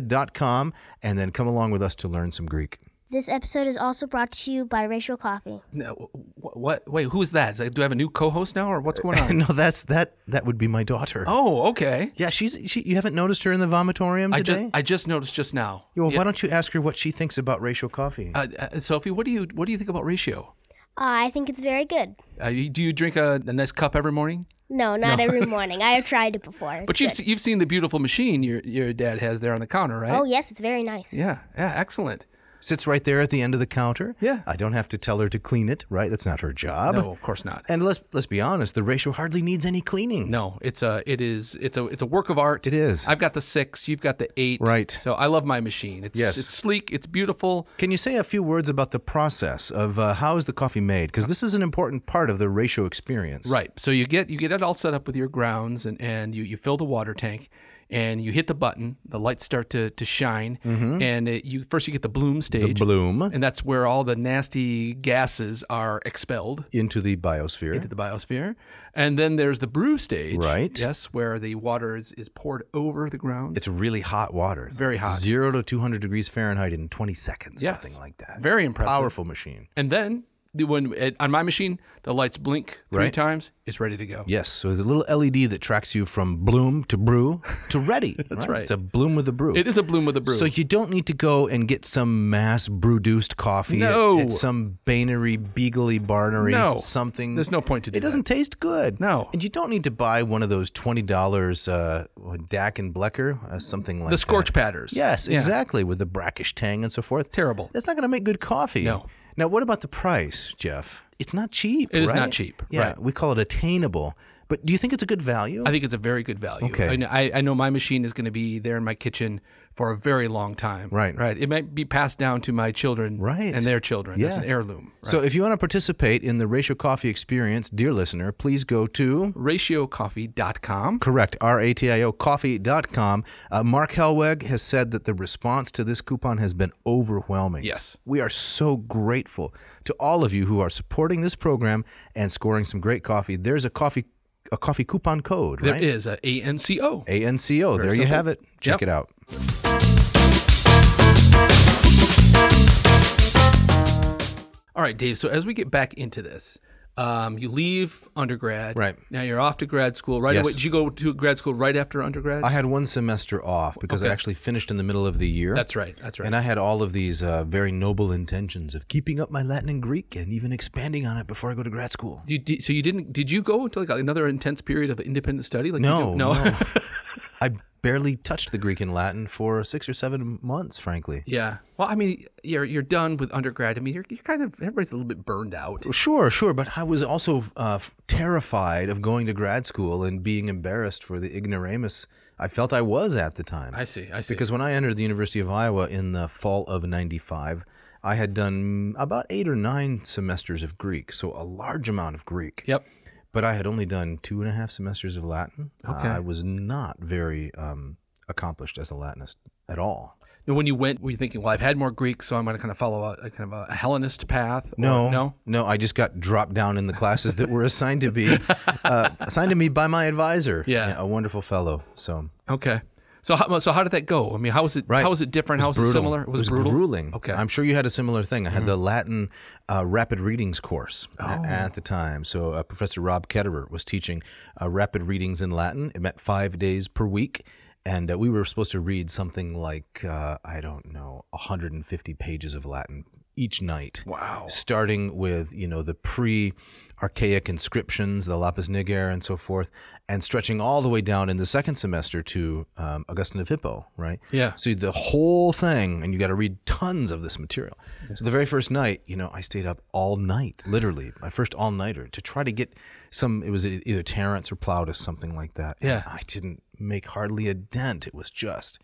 mossmethod.com and then come along with us to learn some Greek.
This episode is also brought to you by Racial Coffee.
No, wh- what? Wait, who's that? Is that- Do I have a new co-host now, or what's going on?
no, that's that. That would be my daughter.
Oh, okay.
Yeah, she's. She, you haven't noticed her in the vomitorium
I
today.
just I just noticed just now.
well,
Yeah.
why don't you ask her what she thinks about racial coffee?
Uh, uh, Sophie, what do you what do you think about ratio?
Uh, I think it's very good.
Uh, you- do you drink a, a nice cup every morning?
No, not every morning. I have tried it before. It's
but you've
good.
se- you've seen the beautiful machine your your dad has there on the counter, right?
Oh, yes, it's very nice.
yeah, yeah, excellent.
Sits right there at the end of the counter.
Yeah.
I don't have to tell her to clean it, right? That's not her job.
No, of course not.
And let's let's be honest, the ratio hardly needs any cleaning.
No, it's a it is it's a it's a work of art.
It is.
I've got the six, you've got the eight.
Right.
So I love my machine. It's
Yes.
it's sleek, it's beautiful.
Can you say a few words about the process of uh, how is the coffee made? Because this is an important part of the ratio experience.
Right. So you get you get it all set up with your grounds and, and you, you fill the water tank and you hit the button, the lights start to, to shine and it, you first you get the bloom
Mm-hmm. The
stage.
bloom
and that's where all the nasty gases are expelled
into the biosphere.
into the biosphere. And then there's the brew stage.
Right.
Yes, where the water is, is poured over the grounds.
it's really hot water.
Very hot.
Zero to 200 degrees Fahrenheit in 20 seconds,
Yes.
something like that.
very impressive.
Powerful machine.
And then the- when it, on my machine, the lights blink three
Right.
times, it's ready to go.
Yes. So the little LED that tracks you from bloom to brew to ready. That's
right.
It's a bloom with a brew.
It is a bloom with a brew.
So you don't need to go and get some mass brewduced coffee at-
No.
at, some banery, beagly barnery,
No.
something.
There's no point to do
It doesn't taste good.
No.
And you don't need to buy one of those twenty dollars uh, Dak and Blecker, uh, something like
the
that.
scorch patters.
Yes,
Yeah.
exactly, with the brackish tang and so forth.
Terrible.
That's not going to make good coffee.
No.
Now, what about the price, Jeff? It's not cheap.
It is
right?
not cheap,
Yeah,
right.
we call it attainable. But do you think it's a good value?
I think it's a very good value.
Okay.
I, kn- I, I know my machine is going to be there in my kitchen for a very long time.
Right.
Right. It might be passed down to my children
Right.
and their children. It's an
Yes.
heirloom. Right.
So, if you want to participate in the Ratio Coffee Experience, dear listener, please go to
RatioCoffee.com.
correct ratio coffee.com. Uh, Mark Helweg has said that the response to this coupon has been overwhelming.
Yes.
We are so grateful to all of you who are supporting this program and scoring some great coffee. There's a coffee a coffee coupon code,
There
right?
is a ANCO.
ANCO. There you
simple.
have it. Check
Yep.
it out.
All right, Dave. So as we get back into this, um, you leave undergrad.
Right.
Now you're off to grad school. Right
Yes.
away. Did you go to grad school right after undergrad?
I had one semester off because I actually finished in the middle of the year.
that's right. That's right.
And I had all of these uh, very noble intentions of keeping up my Latin and Greek and even expanding on it before I go to grad school.
You, di- so you didn't? Did you go into like another intense period of independent study? Like you
No,
do-
no. I barely touched the Greek and Latin for six or seven months, frankly.
yeah. Well, I mean, you're you're done with undergrad. I mean, you're, you're kind of everybody's a little bit burned out.
Sure, sure, but I was also uh, f- terrified of going to grad school and being embarrassed for the ignoramus I felt I was at the time.
I see. I see.
Because when I entered the University of Iowa in the fall of 95, I had done about eight or nine semesters of Greek, so a large amount of Greek.
yep.
but I had only done two and a half semesters of Latin. Uh,
Okay.
I was not very um, accomplished as a Latinist at all.
And when you went, were you thinking, well, I've had more Greek, so I'm going to kind of follow a, a kind of a Hellenist path? or- no.
no. I just got dropped down in the classes that were assigned to be uh, assigned to me by my advisor.
Yeah.
a wonderful fellow. So
Okay. So how, so how did that go? I mean, how was it?
right,
How was it different? how was it
brutal.
similar?
It was
brutal.
grueling.
Okay. Mm-hmm.
I'm sure you had a similar thing. I had the Latin uh, rapid readings course a-
Oh.
at the time. So uh, Professor Rob Ketterer was teaching uh, rapid readings in Latin. It meant five days per week. And uh, we were supposed to read something like, uh, I don't know, 150 pages of Latin each night.
Wow.
Starting with, you know, the pre archaic inscriptions, the lapis niger and so forth, and stretching all the way down in the second semester to um, Augustine of Hippo, right?
Yeah.
So the whole thing, and you got to read tons of this material. So the very first night, you know, I stayed up all night, literally, my first all nighter to try to get some, it was e- either Terence or Plautus, something like that. And
Yeah.
I didn't make hardly a dent. It was just,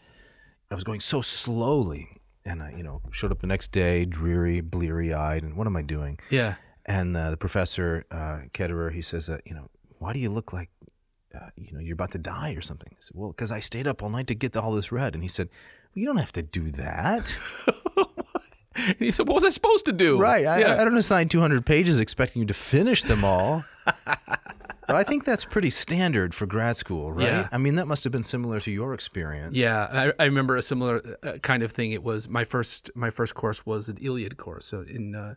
I was going so slowly. And I, you know, showed up the next day, dreary, bleary eyed, and what am I doing?
Yeah.
And uh, the professor, uh, Ketterer, he says that, you know, why do you look like, uh, you know, you're about to die or something? I said, well, because I stayed up all night to get all this read. And he said, well, you don't have to do that.
And he said, "What was I supposed to do?"
right. I,
yeah.
I don't assign 200 pages expecting you to finish them all. but I think that's pretty standard for grad school, right?
Yeah.
I mean, that must have been similar to your experience.
Yeah, I, I remember a similar uh, kind of thing. It was my first my first course was an Iliad course, so in uh,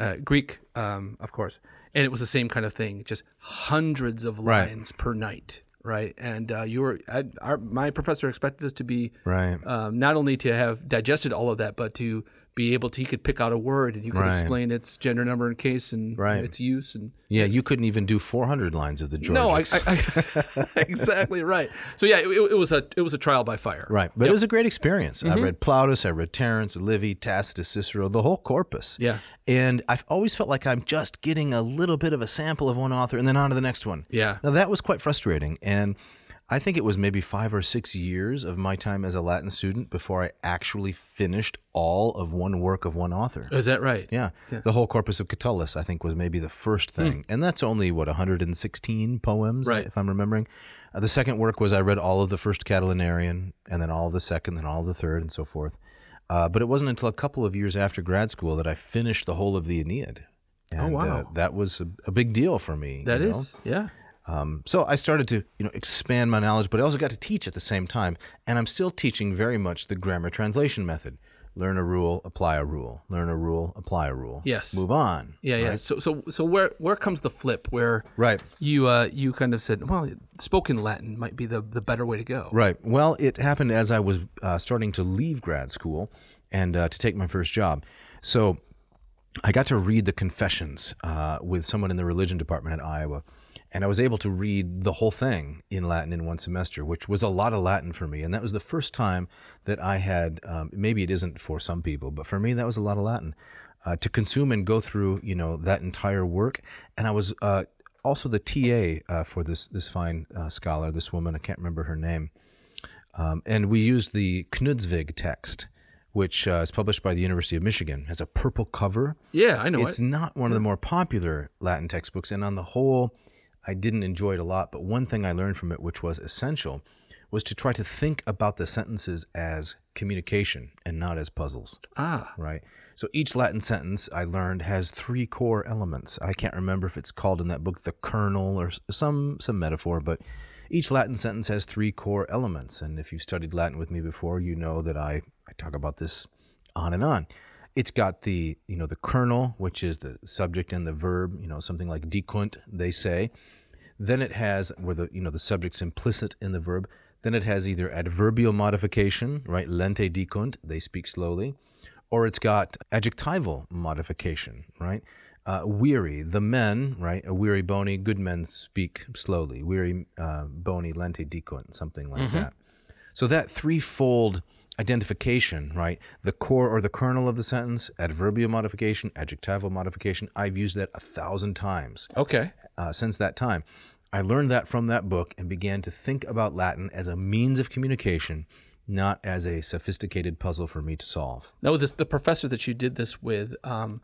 uh, Greek, um, of course, and it was the same kind of thing, just hundreds of
Right.
lines per night, right? And uh, you were I, our, my professor expected us to be
Right.
um, not only to have digested all of that, but to be able to he could pick out a word and you could
Right.
explain its gender, number, and case, and
Right.
its use, and
Yeah, you couldn't even do 400 lines of the Georgics.
no, I, I, I exactly right. So yeah, it, it was a it was a trial by fire,
Right, but it was a great experience.
Mm-hmm.
I read Plautus, I read Terence, Livy, Tacitus, Cicero, the whole corpus.
Yeah.
and I've always felt like I'm just getting a little bit of a sample of one author and then on to the next one.
Yeah.
now that was quite frustrating, and I think it was maybe five or six years of my time as a Latin student before I actually finished all of one work of one author.
Is that right? Hmm.
Yeah. The whole corpus of Catullus, I think, was maybe the first thing. And that's only, what, 116 poems,
Right.
if I'm remembering. Uh, the second work was I read all of the first Catilinarian, and then all of the second, then all of the third, and so forth. Uh, but it wasn't until a couple of years after grad school that I finished the whole of the Aeneid. And,
Oh,
uh,
wow.
that was a, a big deal for me.
That
you know?
is, yeah.
Um, So I started to, you know, expand my knowledge, but I also got to teach at the same time, and I'm still teaching very much the grammar translation method. Learn a rule, apply a rule. Learn a rule, apply a rule.
Yes.
Move on.
Yeah, yeah. So, so, so where where comes the flip where
Right.
you uh you kind of said, well, spoken Latin might be the the better way to go.
Right. Well, it happened as I was uh, starting to leave grad school and uh, to take my first job. So I got to read the confessions uh, with someone in the religion department at Iowa. And I was able to read the whole thing in Latin in one semester, which was a lot of Latin for me. And that was the first time that I had, um, maybe it isn't for some people, but for me, that was a lot of Latin uh, to consume and go through, you know, that entire work. And I was uh, also the TA uh, for this, this fine uh, scholar, this woman, I can't remember her name. Um, and we used the Knudsvig text, which uh, is published by the University of Michigan, has a purple cover
Yeah, I know
it's
it.
not one of the more popular Latin textbooks, and on the whole, I didn't enjoy it a lot. But one thing I learned from it, which was essential, was to try to think about the sentences as communication and not as puzzles.
Ah,
Right. So each Latin sentence I learned has three core elements. I can't remember if it's called in that book the kernel or s- some some metaphor, but each Latin sentence has three core elements. And if you've studied Latin with me before, you know that I, I talk about this on and on. It's got the you know the kernel, which is the subject and the verb, you know something like decunt they say. Then it has where the you know the subject's implicit in the verb. Then it has either adverbial modification, right? Lente decunt, they speak slowly, or it's got adjectival modification, right? Uh, weary, the men, right? A weary bony, good men speak slowly. Weary uh, bony, lente decunt, something like that. So that threefold identification, right? The core or the kernel of the sentence, adverbial modification, adjectival modification. I've used that a thousand times
okay.
uh, since that time. I learned that from that book and began to think about Latin as a means of communication, not as a sophisticated puzzle for me to solve.
No, this the professor that you did this with. Um,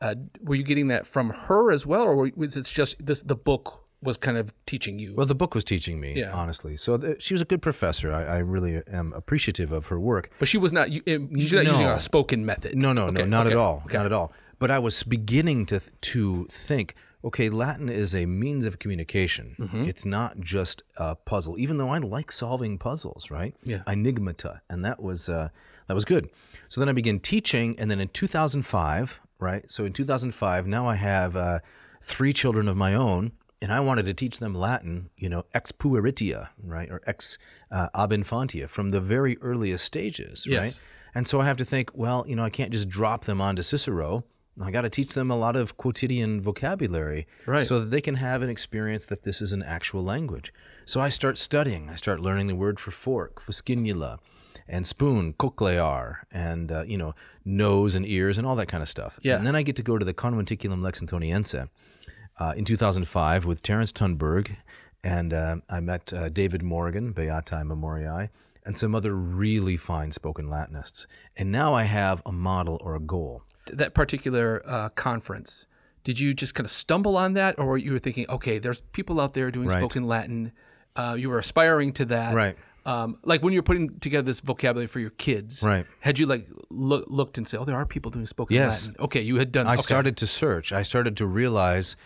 uh, were you getting that from her as well, or was it just this the book was kind of teaching you?
Well, the book was teaching me,
Yeah.
honestly. So th- she was a good professor. I, I really am appreciative of her work.
but she was not. You, um, you're not using
No.
a spoken method.
No, no,
Okay,
no, not
okay,
at all,
okay.
not at all. But I was beginning to to think, okay, Latin is a means of communication.
Mm-hmm.
It's not just a puzzle. Even though I like solving puzzles, right?
Yeah.
Enigmata, and that was uh, that was good. So then I began teaching, and then in 2005, right? So in 2005, now I have uh, three children of my own. And I wanted to teach them Latin, you know, ex pueritia, right, or ex uh, ab infantia, from the very earliest stages,
Yes.
right? And so I have to think, well, you know, I can't just drop them onto Cicero. I got to teach them a lot of quotidian vocabulary
Right.
so that they can have an experience that this is an actual language. So I start studying. I start learning the word for fork, fuscinula, and spoon, cochlear, and, uh, you know, nose and ears and all that kind of stuff.
Yeah.
And then I get to go to the Conventiculum Lexingtoniense uh, in 2005 with Terence Tunberg, and uh, I met uh, David Morgan, Beati Memoriae, and some other really fine spoken Latinists. And now I have a model or a goal.
that particular uh, conference, did you just kind of stumble on that, or you were thinking, okay, there's people out there doing
Right.
spoken Latin, uh, you were aspiring to that,
Right.
Um, like when you were putting together this vocabulary for your kids,
Right.
Had you like loo- looked and said, oh, there are people doing spoken
Yes.
Latin? Okay, you had done.
I
okay.
started to search. I started to realize,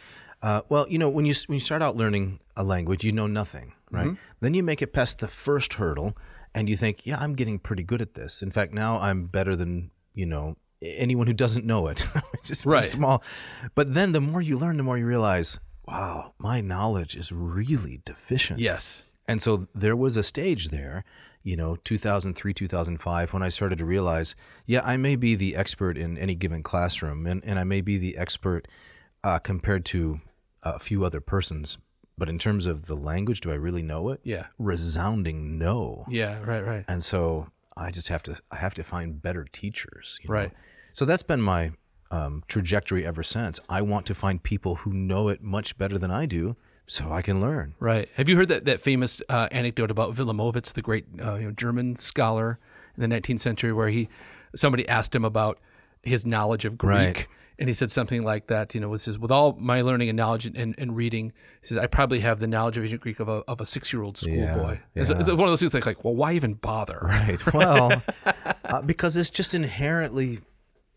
uh, well, you know, when you when you start out learning a language, you know nothing, right?
Mm-hmm.
Then you make it past the first hurdle, and you think, yeah, I'm getting pretty good at this. In fact, now I'm better than you know anyone who doesn't know it. Just from
Right.
small. But then the more you learn, the more you realize, wow, my knowledge is really deficient.
Yes.
And so there was a stage there, you know, 2003, 2005, when I started to realize, yeah, I may be the expert in any given classroom, and, and I may be the expert uh, compared to a few other persons. But in terms of the language, do I really know it?
Yeah.
Resounding no.
Yeah. Right. Right.
And so I just have to, I have to find better teachers. you know?
Right.
So that's been my um, trajectory ever since. I want to find people who know it much better than I do so I can learn.
Right. Have you heard that, that famous uh, anecdote about Wilamowitz, the great uh, you know, German scholar in the 19th century, where he somebody asked him about his knowledge of Greek,
Right.
and he said something like that. You know, was says with all my learning and knowledge and, and, and reading, he says I probably have the knowledge of ancient Greek of a, of a six year old schoolboy. It's, it's one of those things like, like, well, why even bother?
Right. Well, uh, because it's just inherently,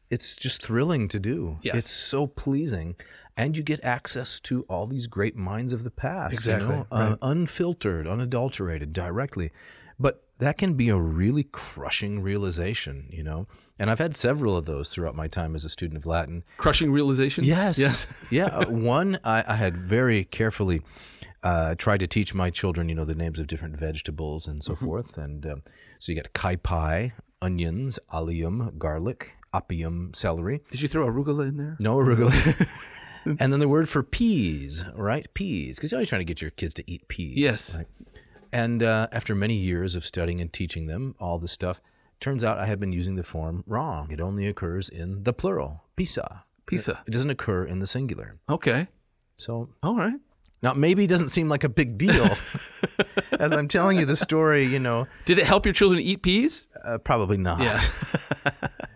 it's just thrilling to do.
Yes.
It's so pleasing. And you get access to all these great minds of the past. You
Exactly,
know? uh, unfiltered, unadulterated, directly. But that can be a really crushing realization, you know? And I've had several of those throughout my time as a student of Latin.
Crushing realizations.
Yes. yeah. uh, One, I, I had very carefully uh, tried to teach my children, you know, the names of different vegetables and so forth. And um, so you got kai pie, onions, allium, garlic, oppium, celery.
Did you throw arugula in there?
No arugula. and then the word for peas, right? Peas. Because you're always trying to get your kids to eat peas.
Yes.
right? And uh, after many years of studying and teaching them all this stuff, turns out I had been using the form wrong. It only occurs in the plural, pisa.
Pizza.
It doesn't occur in the singular.
Okay.
So
All right.
now maybe it doesn't seem like a big deal. As I'm telling you the story, you know,
Did it help your children eat peas?
uh, probably not.
Yeah.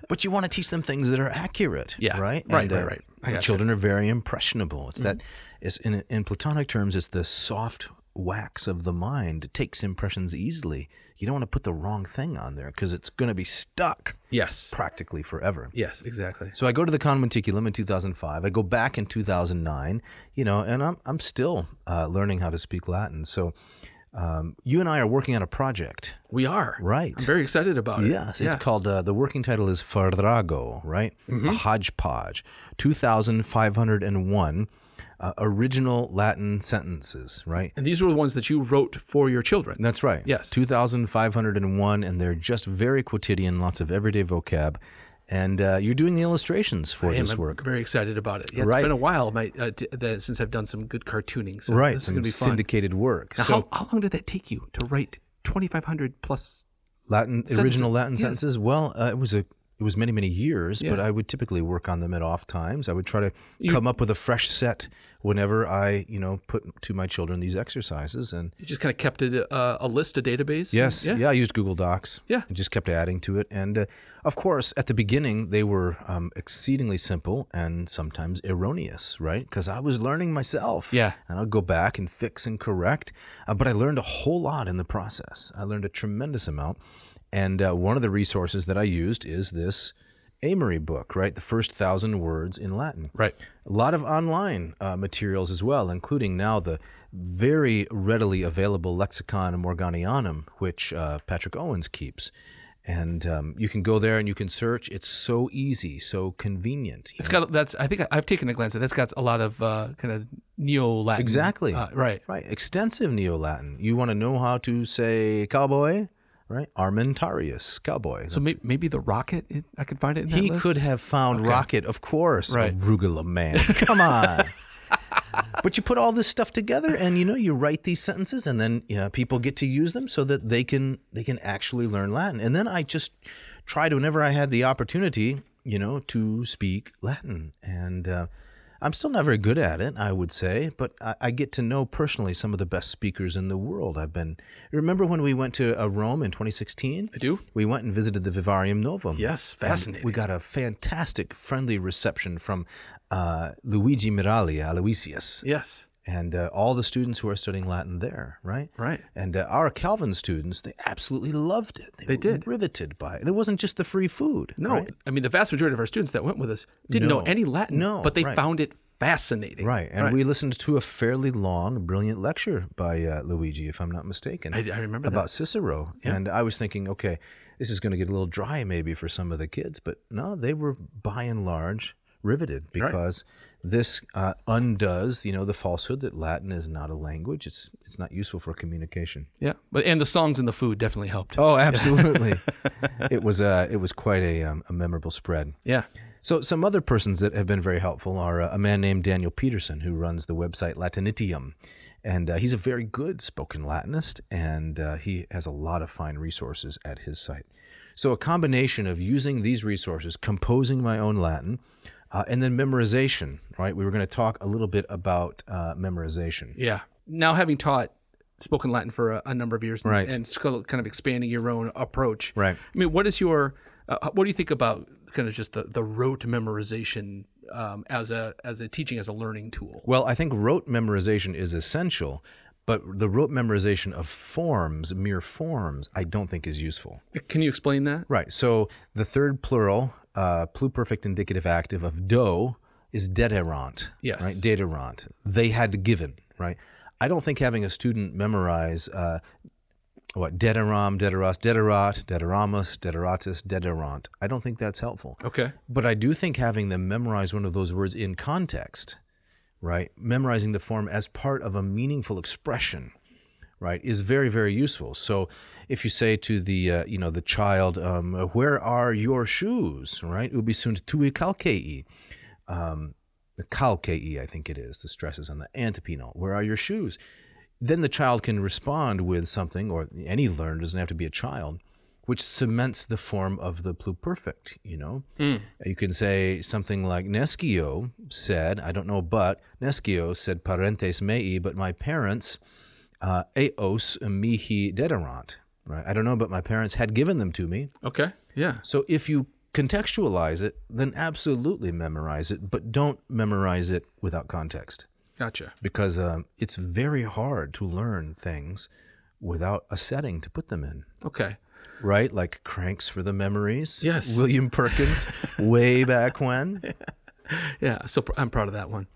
but you want to teach them things that are accurate.
Yeah.
Right. uh,
Right, right, right. I gotcha. Mm-hmm.
Children are very impressionable. It's that. It's in in Platonic terms, it's the soft wax of the mind. It takes impressions easily. You don't want to put the wrong thing on there because it's going to be stuck
Yes.
practically forever.
Yes. Exactly.
So I go to the Conventiculum in 2005. I go back in 2009, you know, and I'm, I'm still uh, learning how to speak Latin. So um, you and I are working on a project.
We are.
Right.
I'm very excited about it.
Yes, it's called, uh, the working title is Farrago, right?
Mm-hmm.
A hodgepodge. 2,501 uh, original Latin sentences, right?
And these were the ones that you wrote for your children.
That's right.
Yes.
2,501, and they're just very quotidian, lots of everyday vocab. And uh, you're doing the illustrations for
I am,
this
I'm
work.
very excited about it. Yeah,
Right.
It's been a while my, uh, t- the, since I've done some good cartooning. So
right,
This is
some
going to be fun.
syndicated work.
Now,
so
how, how long did that take you to write 2,500 plus?
Latin
Sentences.
original Latin
Yes.
sentences. Well, uh, it was a it was many many years, but
Yeah.
I would typically work on them at off times. I would try to come up with a fresh set whenever I you know put to my children these exercises and.
You just kind of kept it uh, a list, a database?
Yes. Yeah.
Yeah.
I used Google Docs.
Yeah.
And just kept adding to it. And uh, of course, at the beginning, they were um, exceedingly simple and sometimes erroneous, right? Because I was learning myself.
Yeah.
And I'll go back and fix and correct. Uh, but I learned a whole lot in the process. I learned a tremendous amount. And uh, one of the resources that I used is this Amory book, right? The first thousand words in Latin.
Right.
A lot of online uh, materials as well, including now the very readily available Lexicon Morganianum, which uh, Patrick Owens keeps. And um, you can go there and you can search. It's so easy, so convenient. you
It's
know?
got that's. I think I- I've taken a glance at. That's got a lot of uh, kind of neo Latin.
Exactly.
Uh, right.
right. Extensive Neo Latin. You want to know how to say cowboy? right? Armentarius, cowboy.
So may- maybe the rocket, it, I could find it in that
he
list?
could have found Rocket, of course.
Right.
Arugula man. Come on. but you put all this stuff together and you know you write these sentences and then you know, people get to use them so that they can they can actually learn Latin. And then I just tried whenever I had the opportunity, you know, to speak Latin. And uh, I'm still not very good at it, I would say, but I, I get to know personally some of the best speakers in the world. I've been remember when we went to uh, Rome in 2016?
I do.
We went and visited the Vivarium Novum.
Yes,
And
fascinating.
We got a fantastic, friendly reception from uh, Luigi Mirali Aloysius
Yes.
and uh, all the students who are studying Latin there, right?
Right.
And uh, our Calvin students, they absolutely loved it.
They
were
did.
riveted by it. And it wasn't just the free food.
No,
right?
I mean the vast majority of our students that went with us didn't know
No.
any Latin,
No,
but they
right.
found it fascinating.
Right. And we listened to a fairly long, brilliant lecture by uh, Luigi, if I'm not mistaken.
I- I remember
About
that.
Cicero. And I was thinking, okay, this is going to get a little dry maybe for some of the kids, but no, they were by and large riveted because this uh, undoes, you know, the falsehood that Latin is not a language. It's it's not useful for communication.
Yeah, but and the songs and the food definitely helped.
Oh, absolutely. it was uh, it was quite a, um, a memorable spread.
Yeah,
So, some other persons that have been very helpful are uh, a man named Daniel Peterson, who runs the website Latinitium. And uh, he's a very good spoken Latinist, and uh, he has a lot of fine resources at his site. So, a combination of using these resources, composing my own Latin, uh, and then memorization, right? We were going to talk a little bit about uh, memorization.
yeah. Now having taught spoken Latin for a, a number of years, and,
Right.
and still kind of expanding your own approach.
Right.
I mean, what is your, uh, what do you think about kind of just the the rote memorization um, as a as a teaching as a learning tool?
Well, I think rote memorization is essential, but the rote memorization of forms, mere forms, I don't think is useful.
Can you explain that?
Right. So the third plural, uh, pluperfect indicative active of do is dederant.
Yes.
Right. Dederant. They had given. Right. I don't think having a student memorize uh, what dederam, dederas, dederat, dederamus, dederatus, dederant. I don't think that's helpful.
Okay.
But I do think having them memorize one of those words in context, right? Memorizing the form as part of a meaningful expression, right, is very very useful. So if you say to the uh, you know the child, um, "Where are your shoes?" right? Ubi sunt tui calcei. Um, the calcei, I think it is. The stress is on the antipinal. Where are your shoes? Then the child can respond with something, or any learner doesn't have to be a child, which cements the form of the pluperfect. You know, you can say something like Nescio said, I don't know, but Nescio said parentes mei, but my parents, uh, eos mihi dederant. Right? I don't know, but my parents had given them to me.
Okay. Yeah.
So if you contextualize it, then absolutely memorize it, but don't memorize it without context
Gotcha.
because um, it's very hard to learn things without a setting to put them in
Okay.
right? Like Cranks for the Memories.
Yes.
William Perkins, way back when.
Yeah. So pr- I'm proud of that one.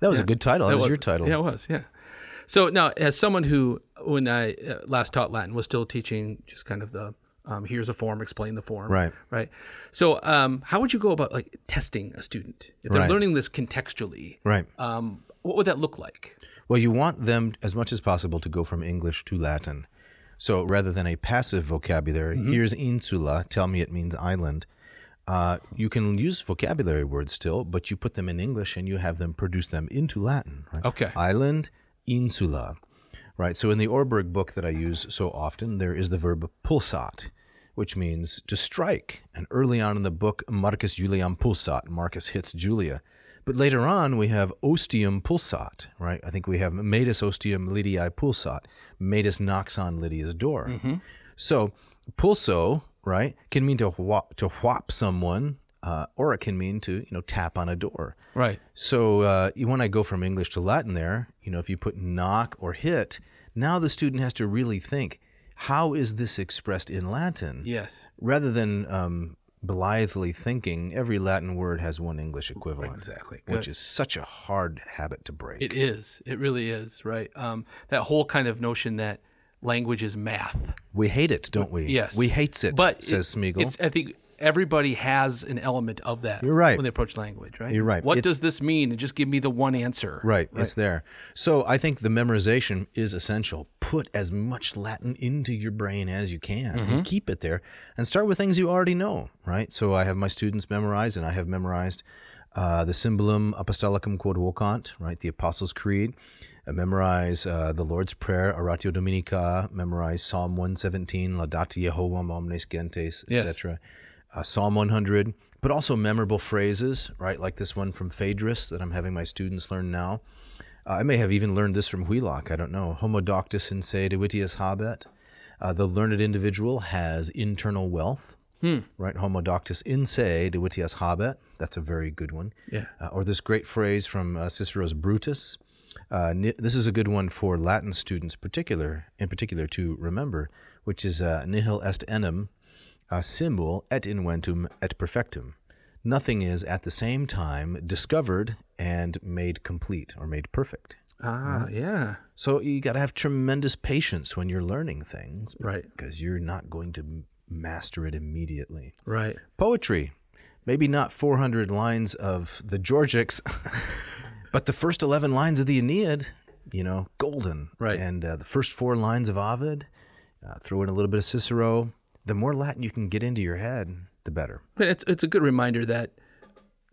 That was a good title. That, was, your title.
Yeah, it was. Yeah. So now, as someone who, when I uh, last taught Latin, was still teaching just kind of the um, here's a form, explain the form.
Right.
Right. So, um, how would you go about like testing a student if they're
Right.
learning this contextually?
Right.
Um, what would that look like?
Well, you want them as much as possible to go from English to Latin. So rather than a passive vocabulary, here's insula, tell me it means island. Uh, you can use vocabulary words still, but you put them in English and you have them produce them into Latin. Right?
Okay.
Island, insula. Right. So in the Orberg book that I use so often, there is the verb pulsat, which means to strike. And early on in the book, Marcus Julian pulsat, Marcus hits Julia. But later on, we have ostium pulsat, right? I think we have Metis ostium Lydiae pulsat. Metis knocks on Lydia's door. So pulso, right, can mean to whop, to whop someone, uh, or it can mean to, you know, tap on a door.
Right.
So uh, you- when I go from English to Latin, there, you know, if you put knock or hit, now the student has to really think: how is this expressed in Latin?
Yes.
Rather than um, blithely thinking, every Latin word has one English equivalent.
Exactly.
Which
Good.
is such a hard habit to break.
It is. It really is. Right. Um, that whole kind of notion that language is math.
we hate it, don't we?
Yes.
We hates it.
But
says
it-
Smeagol.
It's, I think everybody has an element of that.
You're right.
When they approach language, right?
You're right.
What
It's-
does this mean? And just give me the one answer.
Right, it's there. So I think the memorization is essential. Put as much Latin into your brain as you can
Mm-hmm.
and keep it there and start with things you already know, right? So I have my students memorize and I have memorized uh, the Symbolum Apostolicum Quod Vocant, right? The Apostles' Creed. I memorize uh, the Lord's Prayer, Oratio Dominica, memorize Psalm 117, Laudate Jehovah omnes gentes,
Yes.
etc uh, Psalm 100, but also memorable phrases, right? Like this one from Phaedrus that I'm having my students learn now. Uh, I may have even learned this from Wheelock. I don't know. Homo doctus in se divitius habet. Uh, the learned individual has internal wealth. Right? Homo doctus in se divitius habet. That's a very good one.
Yeah.
Uh, or this great phrase from uh, Cicero's Brutus. Uh, ni- this is a good one for Latin students, particular in particular to remember, which is uh, nihil est enim uh, simul et inventum et perfectum. Nothing is at the same time discovered and made complete or made perfect.
Ah, yeah.
So you got to have tremendous patience when you're learning things
Right.
because you're not going to m- master it immediately.
Right.
Poetry, maybe not 400 lines of the Georgics, but the first 11 lines of the Aeneid, you know, golden.
Right.
And uh, the first four lines of Ovid, uh, throw in a little bit of Cicero. The more Latin you can get into your head, the better.
But it's it's a good reminder that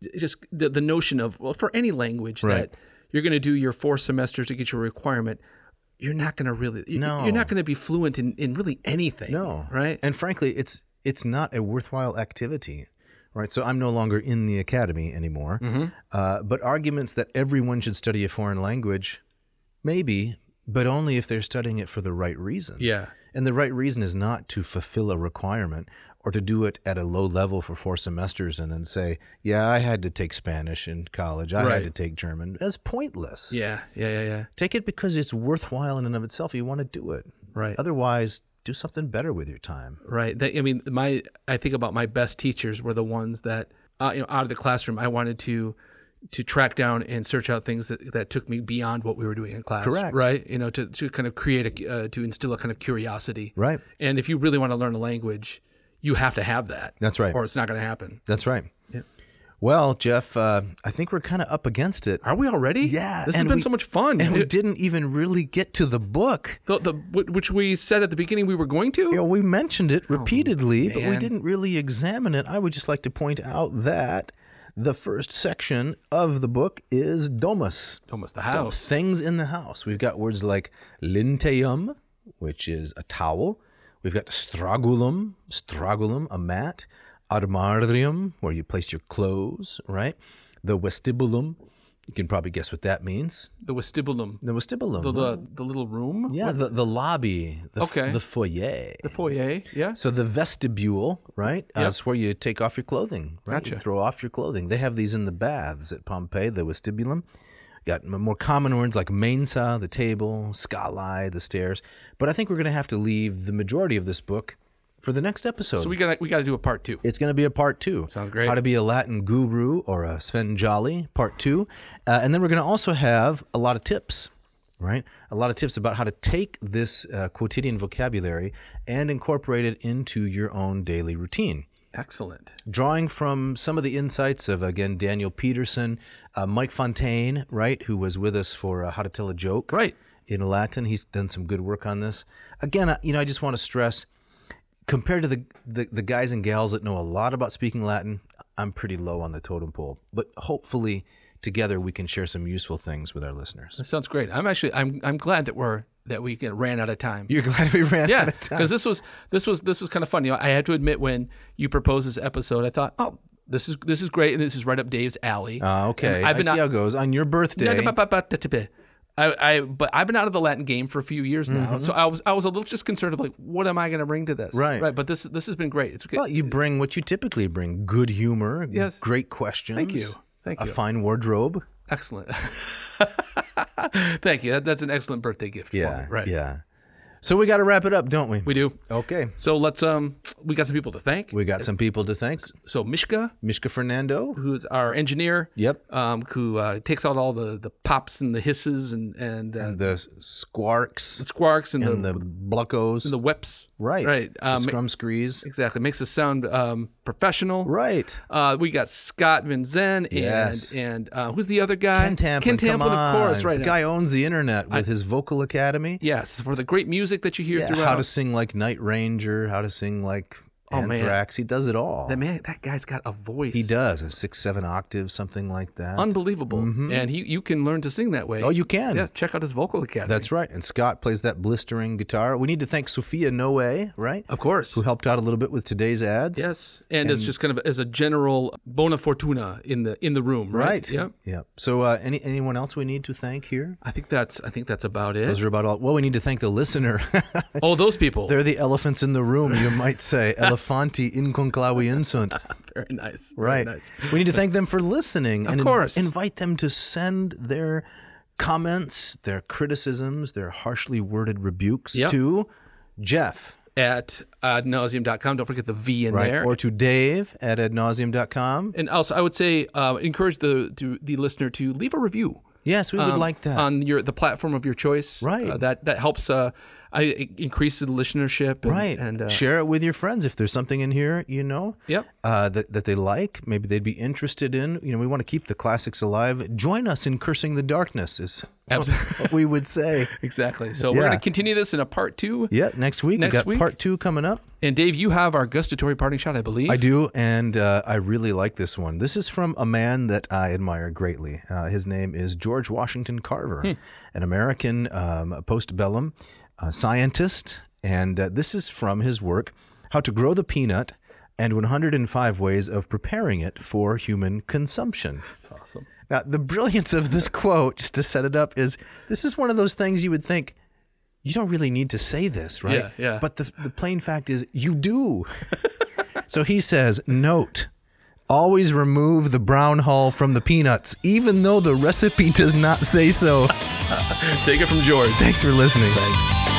it just the, the notion of well for any language
Right.
that you're going to do your four semesters to get your requirement, you're not going to really you-
No.
you're not going to be fluent in, in really anything.
No.
right?
And frankly, it's it's not a worthwhile activity. Right. So I'm no longer in the academy anymore.
Mm-hmm.
Uh, but arguments that everyone should study a foreign language, maybe, but only if they're studying it for the right reason.
yeah,
And the right reason is not to fulfill a requirement or to do it at a low level for four semesters and then say, yeah, I had to take Spanish in college. I
Right.
had to take German. That's pointless.
yeah, yeah, yeah, yeah.
Take it because it's worthwhile in and of itself. You want to do it.
Right.
Otherwise, do something better with your time.
Right. That, I mean, my I think about my best teachers were the ones that uh, you know out of the classroom I wanted to to track down and search out things that, that took me beyond what we were doing in class.
Correct.
Right. You know, to, to kind of create a uh, to instill a kind of curiosity.
Right.
And if you really want to learn a language, you have to have that.
That's right.
Or it's not going to happen.
That's right. Well, Jeff, uh, I think we're kind of up against it.
Are we already?
Yeah,
This has
and
been
we-
so much fun.
And we
It-
didn't even really get to the book.
the, the, wh- which we said at the beginning we were going to.
You know, we mentioned it repeatedly, but we
Oh, man.
didn't really examine it. I would just like to point out that the first section of the book is domus.
Almost the
Dumb
house.
Things in the house. We've got words like linteum, which is a towel. We've got stragulum, stragulum, a mat. Armarium, where you place your clothes, right? The vestibulum. You can probably guess what that means.
The vestibulum.
The vestibulum.
The, the the little room.
yeah, the, the lobby, the, f-
Okay.
the foyer.
The foyer. Yeah.
So the vestibule, right?
Yep.
That's where you take off your clothing. Right? You
Gotcha.
throw off your clothing. They have these in the baths at Pompeii, the vestibulum. Got m- more common words like mensa, the table, scalae, the stairs. But I think we're going to have to leave the majority of this book for the next episode.
So we got to we got to do a part two.
It's going to be a part two.
Sounds great.
How to be a Latin guru or a Sven Jolly, part two. Uh, and then we're going to also have a lot of tips, right? A lot of tips about how to take this uh, quotidian vocabulary and incorporate it into your own daily routine.
Excellent.
Drawing from some of the insights of, again, Daniel Peterson, uh, Mike Fontaine, right, who was with us for uh, How to Tell a Joke
Right.
in Latin. He's done some good work on this. Again, I- you know, I just want to stress compared to the, the the guys and gals that know a lot about speaking Latin, I'm pretty low on the totem pole. But hopefully, together we can share some useful things with our listeners.
That sounds great. I'm actually I'm I'm glad that we're that we get- ran out of time.
You're glad we ran
yeah,
out of time.
because this was this was this was kind of fun. You know, I had to admit when you proposed this episode, I thought, oh, this is this is great, and this is right up Dave's alley.
Uh, okay,
I've
I
been
see
out-
how it goes. On your birthday,
I, I but I've been out of the Latin game for a few years now,
Mm-hmm.
so I was I was a little just concerned of like what am I going to bring to this?
Right.
right. But this this has been great. It's good.
well, you bring what you typically bring: good humor,
Yes.
great questions.
Thank you. Thank
A
you.
fine wardrobe.
excellent. Thank you. That, that's an excellent birthday gift. for me. right.
Yeah. So we got to wrap it up, don't we?
We do.
Okay.
So let's um we got some people to thank.
We got some people to thank.
So Mishka,
Mishka Fernando.
who's our engineer.
Yep.
Um, who uh, takes out all the, the pops and the hisses and and, uh,
The
the
Squarks
squarks and,
and
the,
the Bluckos.
and the whips.
right.
Right. Um,
the Scrum Screes.
exactly. Makes us sound um, professional.
Right.
Uh, we got Scott Vinzen and
Yes.
and uh, who's the other guy?
Ken Tamplin.
Ken
come
Tamplin, of
on.
course. Right.
The guy owns the internet with his Vocal Academy.
Yes, for the great music that you hear
Yeah,
throughout.
how to sing like Night Ranger, how to sing like
Oh, man.
Anthrax. He does it all.
that man, that guy's got a voice.
he does a six, seven octave, something like that.
Unbelievable. And he, you can learn to sing that way.
Mm-hmm. oh, you can.
Yeah, check out his vocal academy.
That's right. And Scott plays that blistering guitar. We need to thank Sophia Noe, right?
Of course.
Who helped out a little bit with today's ads.
Yes, and, it's just kind of as a general bona fortuna in the in the room, right?
Right.
Yep.
Yep. So, uh, any anyone else we need to thank here?
I think that's I think that's about it.
Those are about all. Well, we need to thank the listener.
oh, those people.
They're the elephants in the room, you might say. Elefanti inconclaviensunt.
very nice. very
Right.
nice.
We need to thank them for listening. Of and in-
course.
invite them to send their comments, their criticisms, their harshly worded rebukes
Yep.
to Jeff,
At uh, ad nauseum.com. Don't forget the V in
right?
there.
Or to Dave at adnauseum.com.
and also, I would say uh, encourage the to the listener to leave a review.
Yes, we would
um,
like that.
on your the platform of your choice.
Right.
Uh, that that helps. Uh, I i- increase the listenership. And,
right.
And uh,
share it with your friends if there's something in here, you know.
Yep.
uh, that, that they like, maybe they'd be interested in. You know, we want to keep the classics alive. Join us in cursing the darkness is
Absolutely.
what we would say.
exactly. So we're
Yeah.
going to continue this in a part two.
Yeah, next week
Next
we got
week.
part two coming up.
And Dave, you have our gustatory parting shot, I believe.
I do, and uh, I really like this one. This is from a man that I admire greatly. Uh, his name is George Washington Carver,
Hmm.
an American um, postbellum uh, scientist, and uh, this is from his work, "How to Grow the Peanut." And 105 ways of preparing it for human consumption.
That's awesome.
Now, the brilliance of this quote, just to set it up, is this is one of those things you would think you don't really need to say this, right?
Yeah, yeah.
But the, the plain fact is you do. so he says, note. Always remove the brown hull from the peanuts, even though the recipe does not say so.
Take it from George.
Thanks for listening.
Thanks.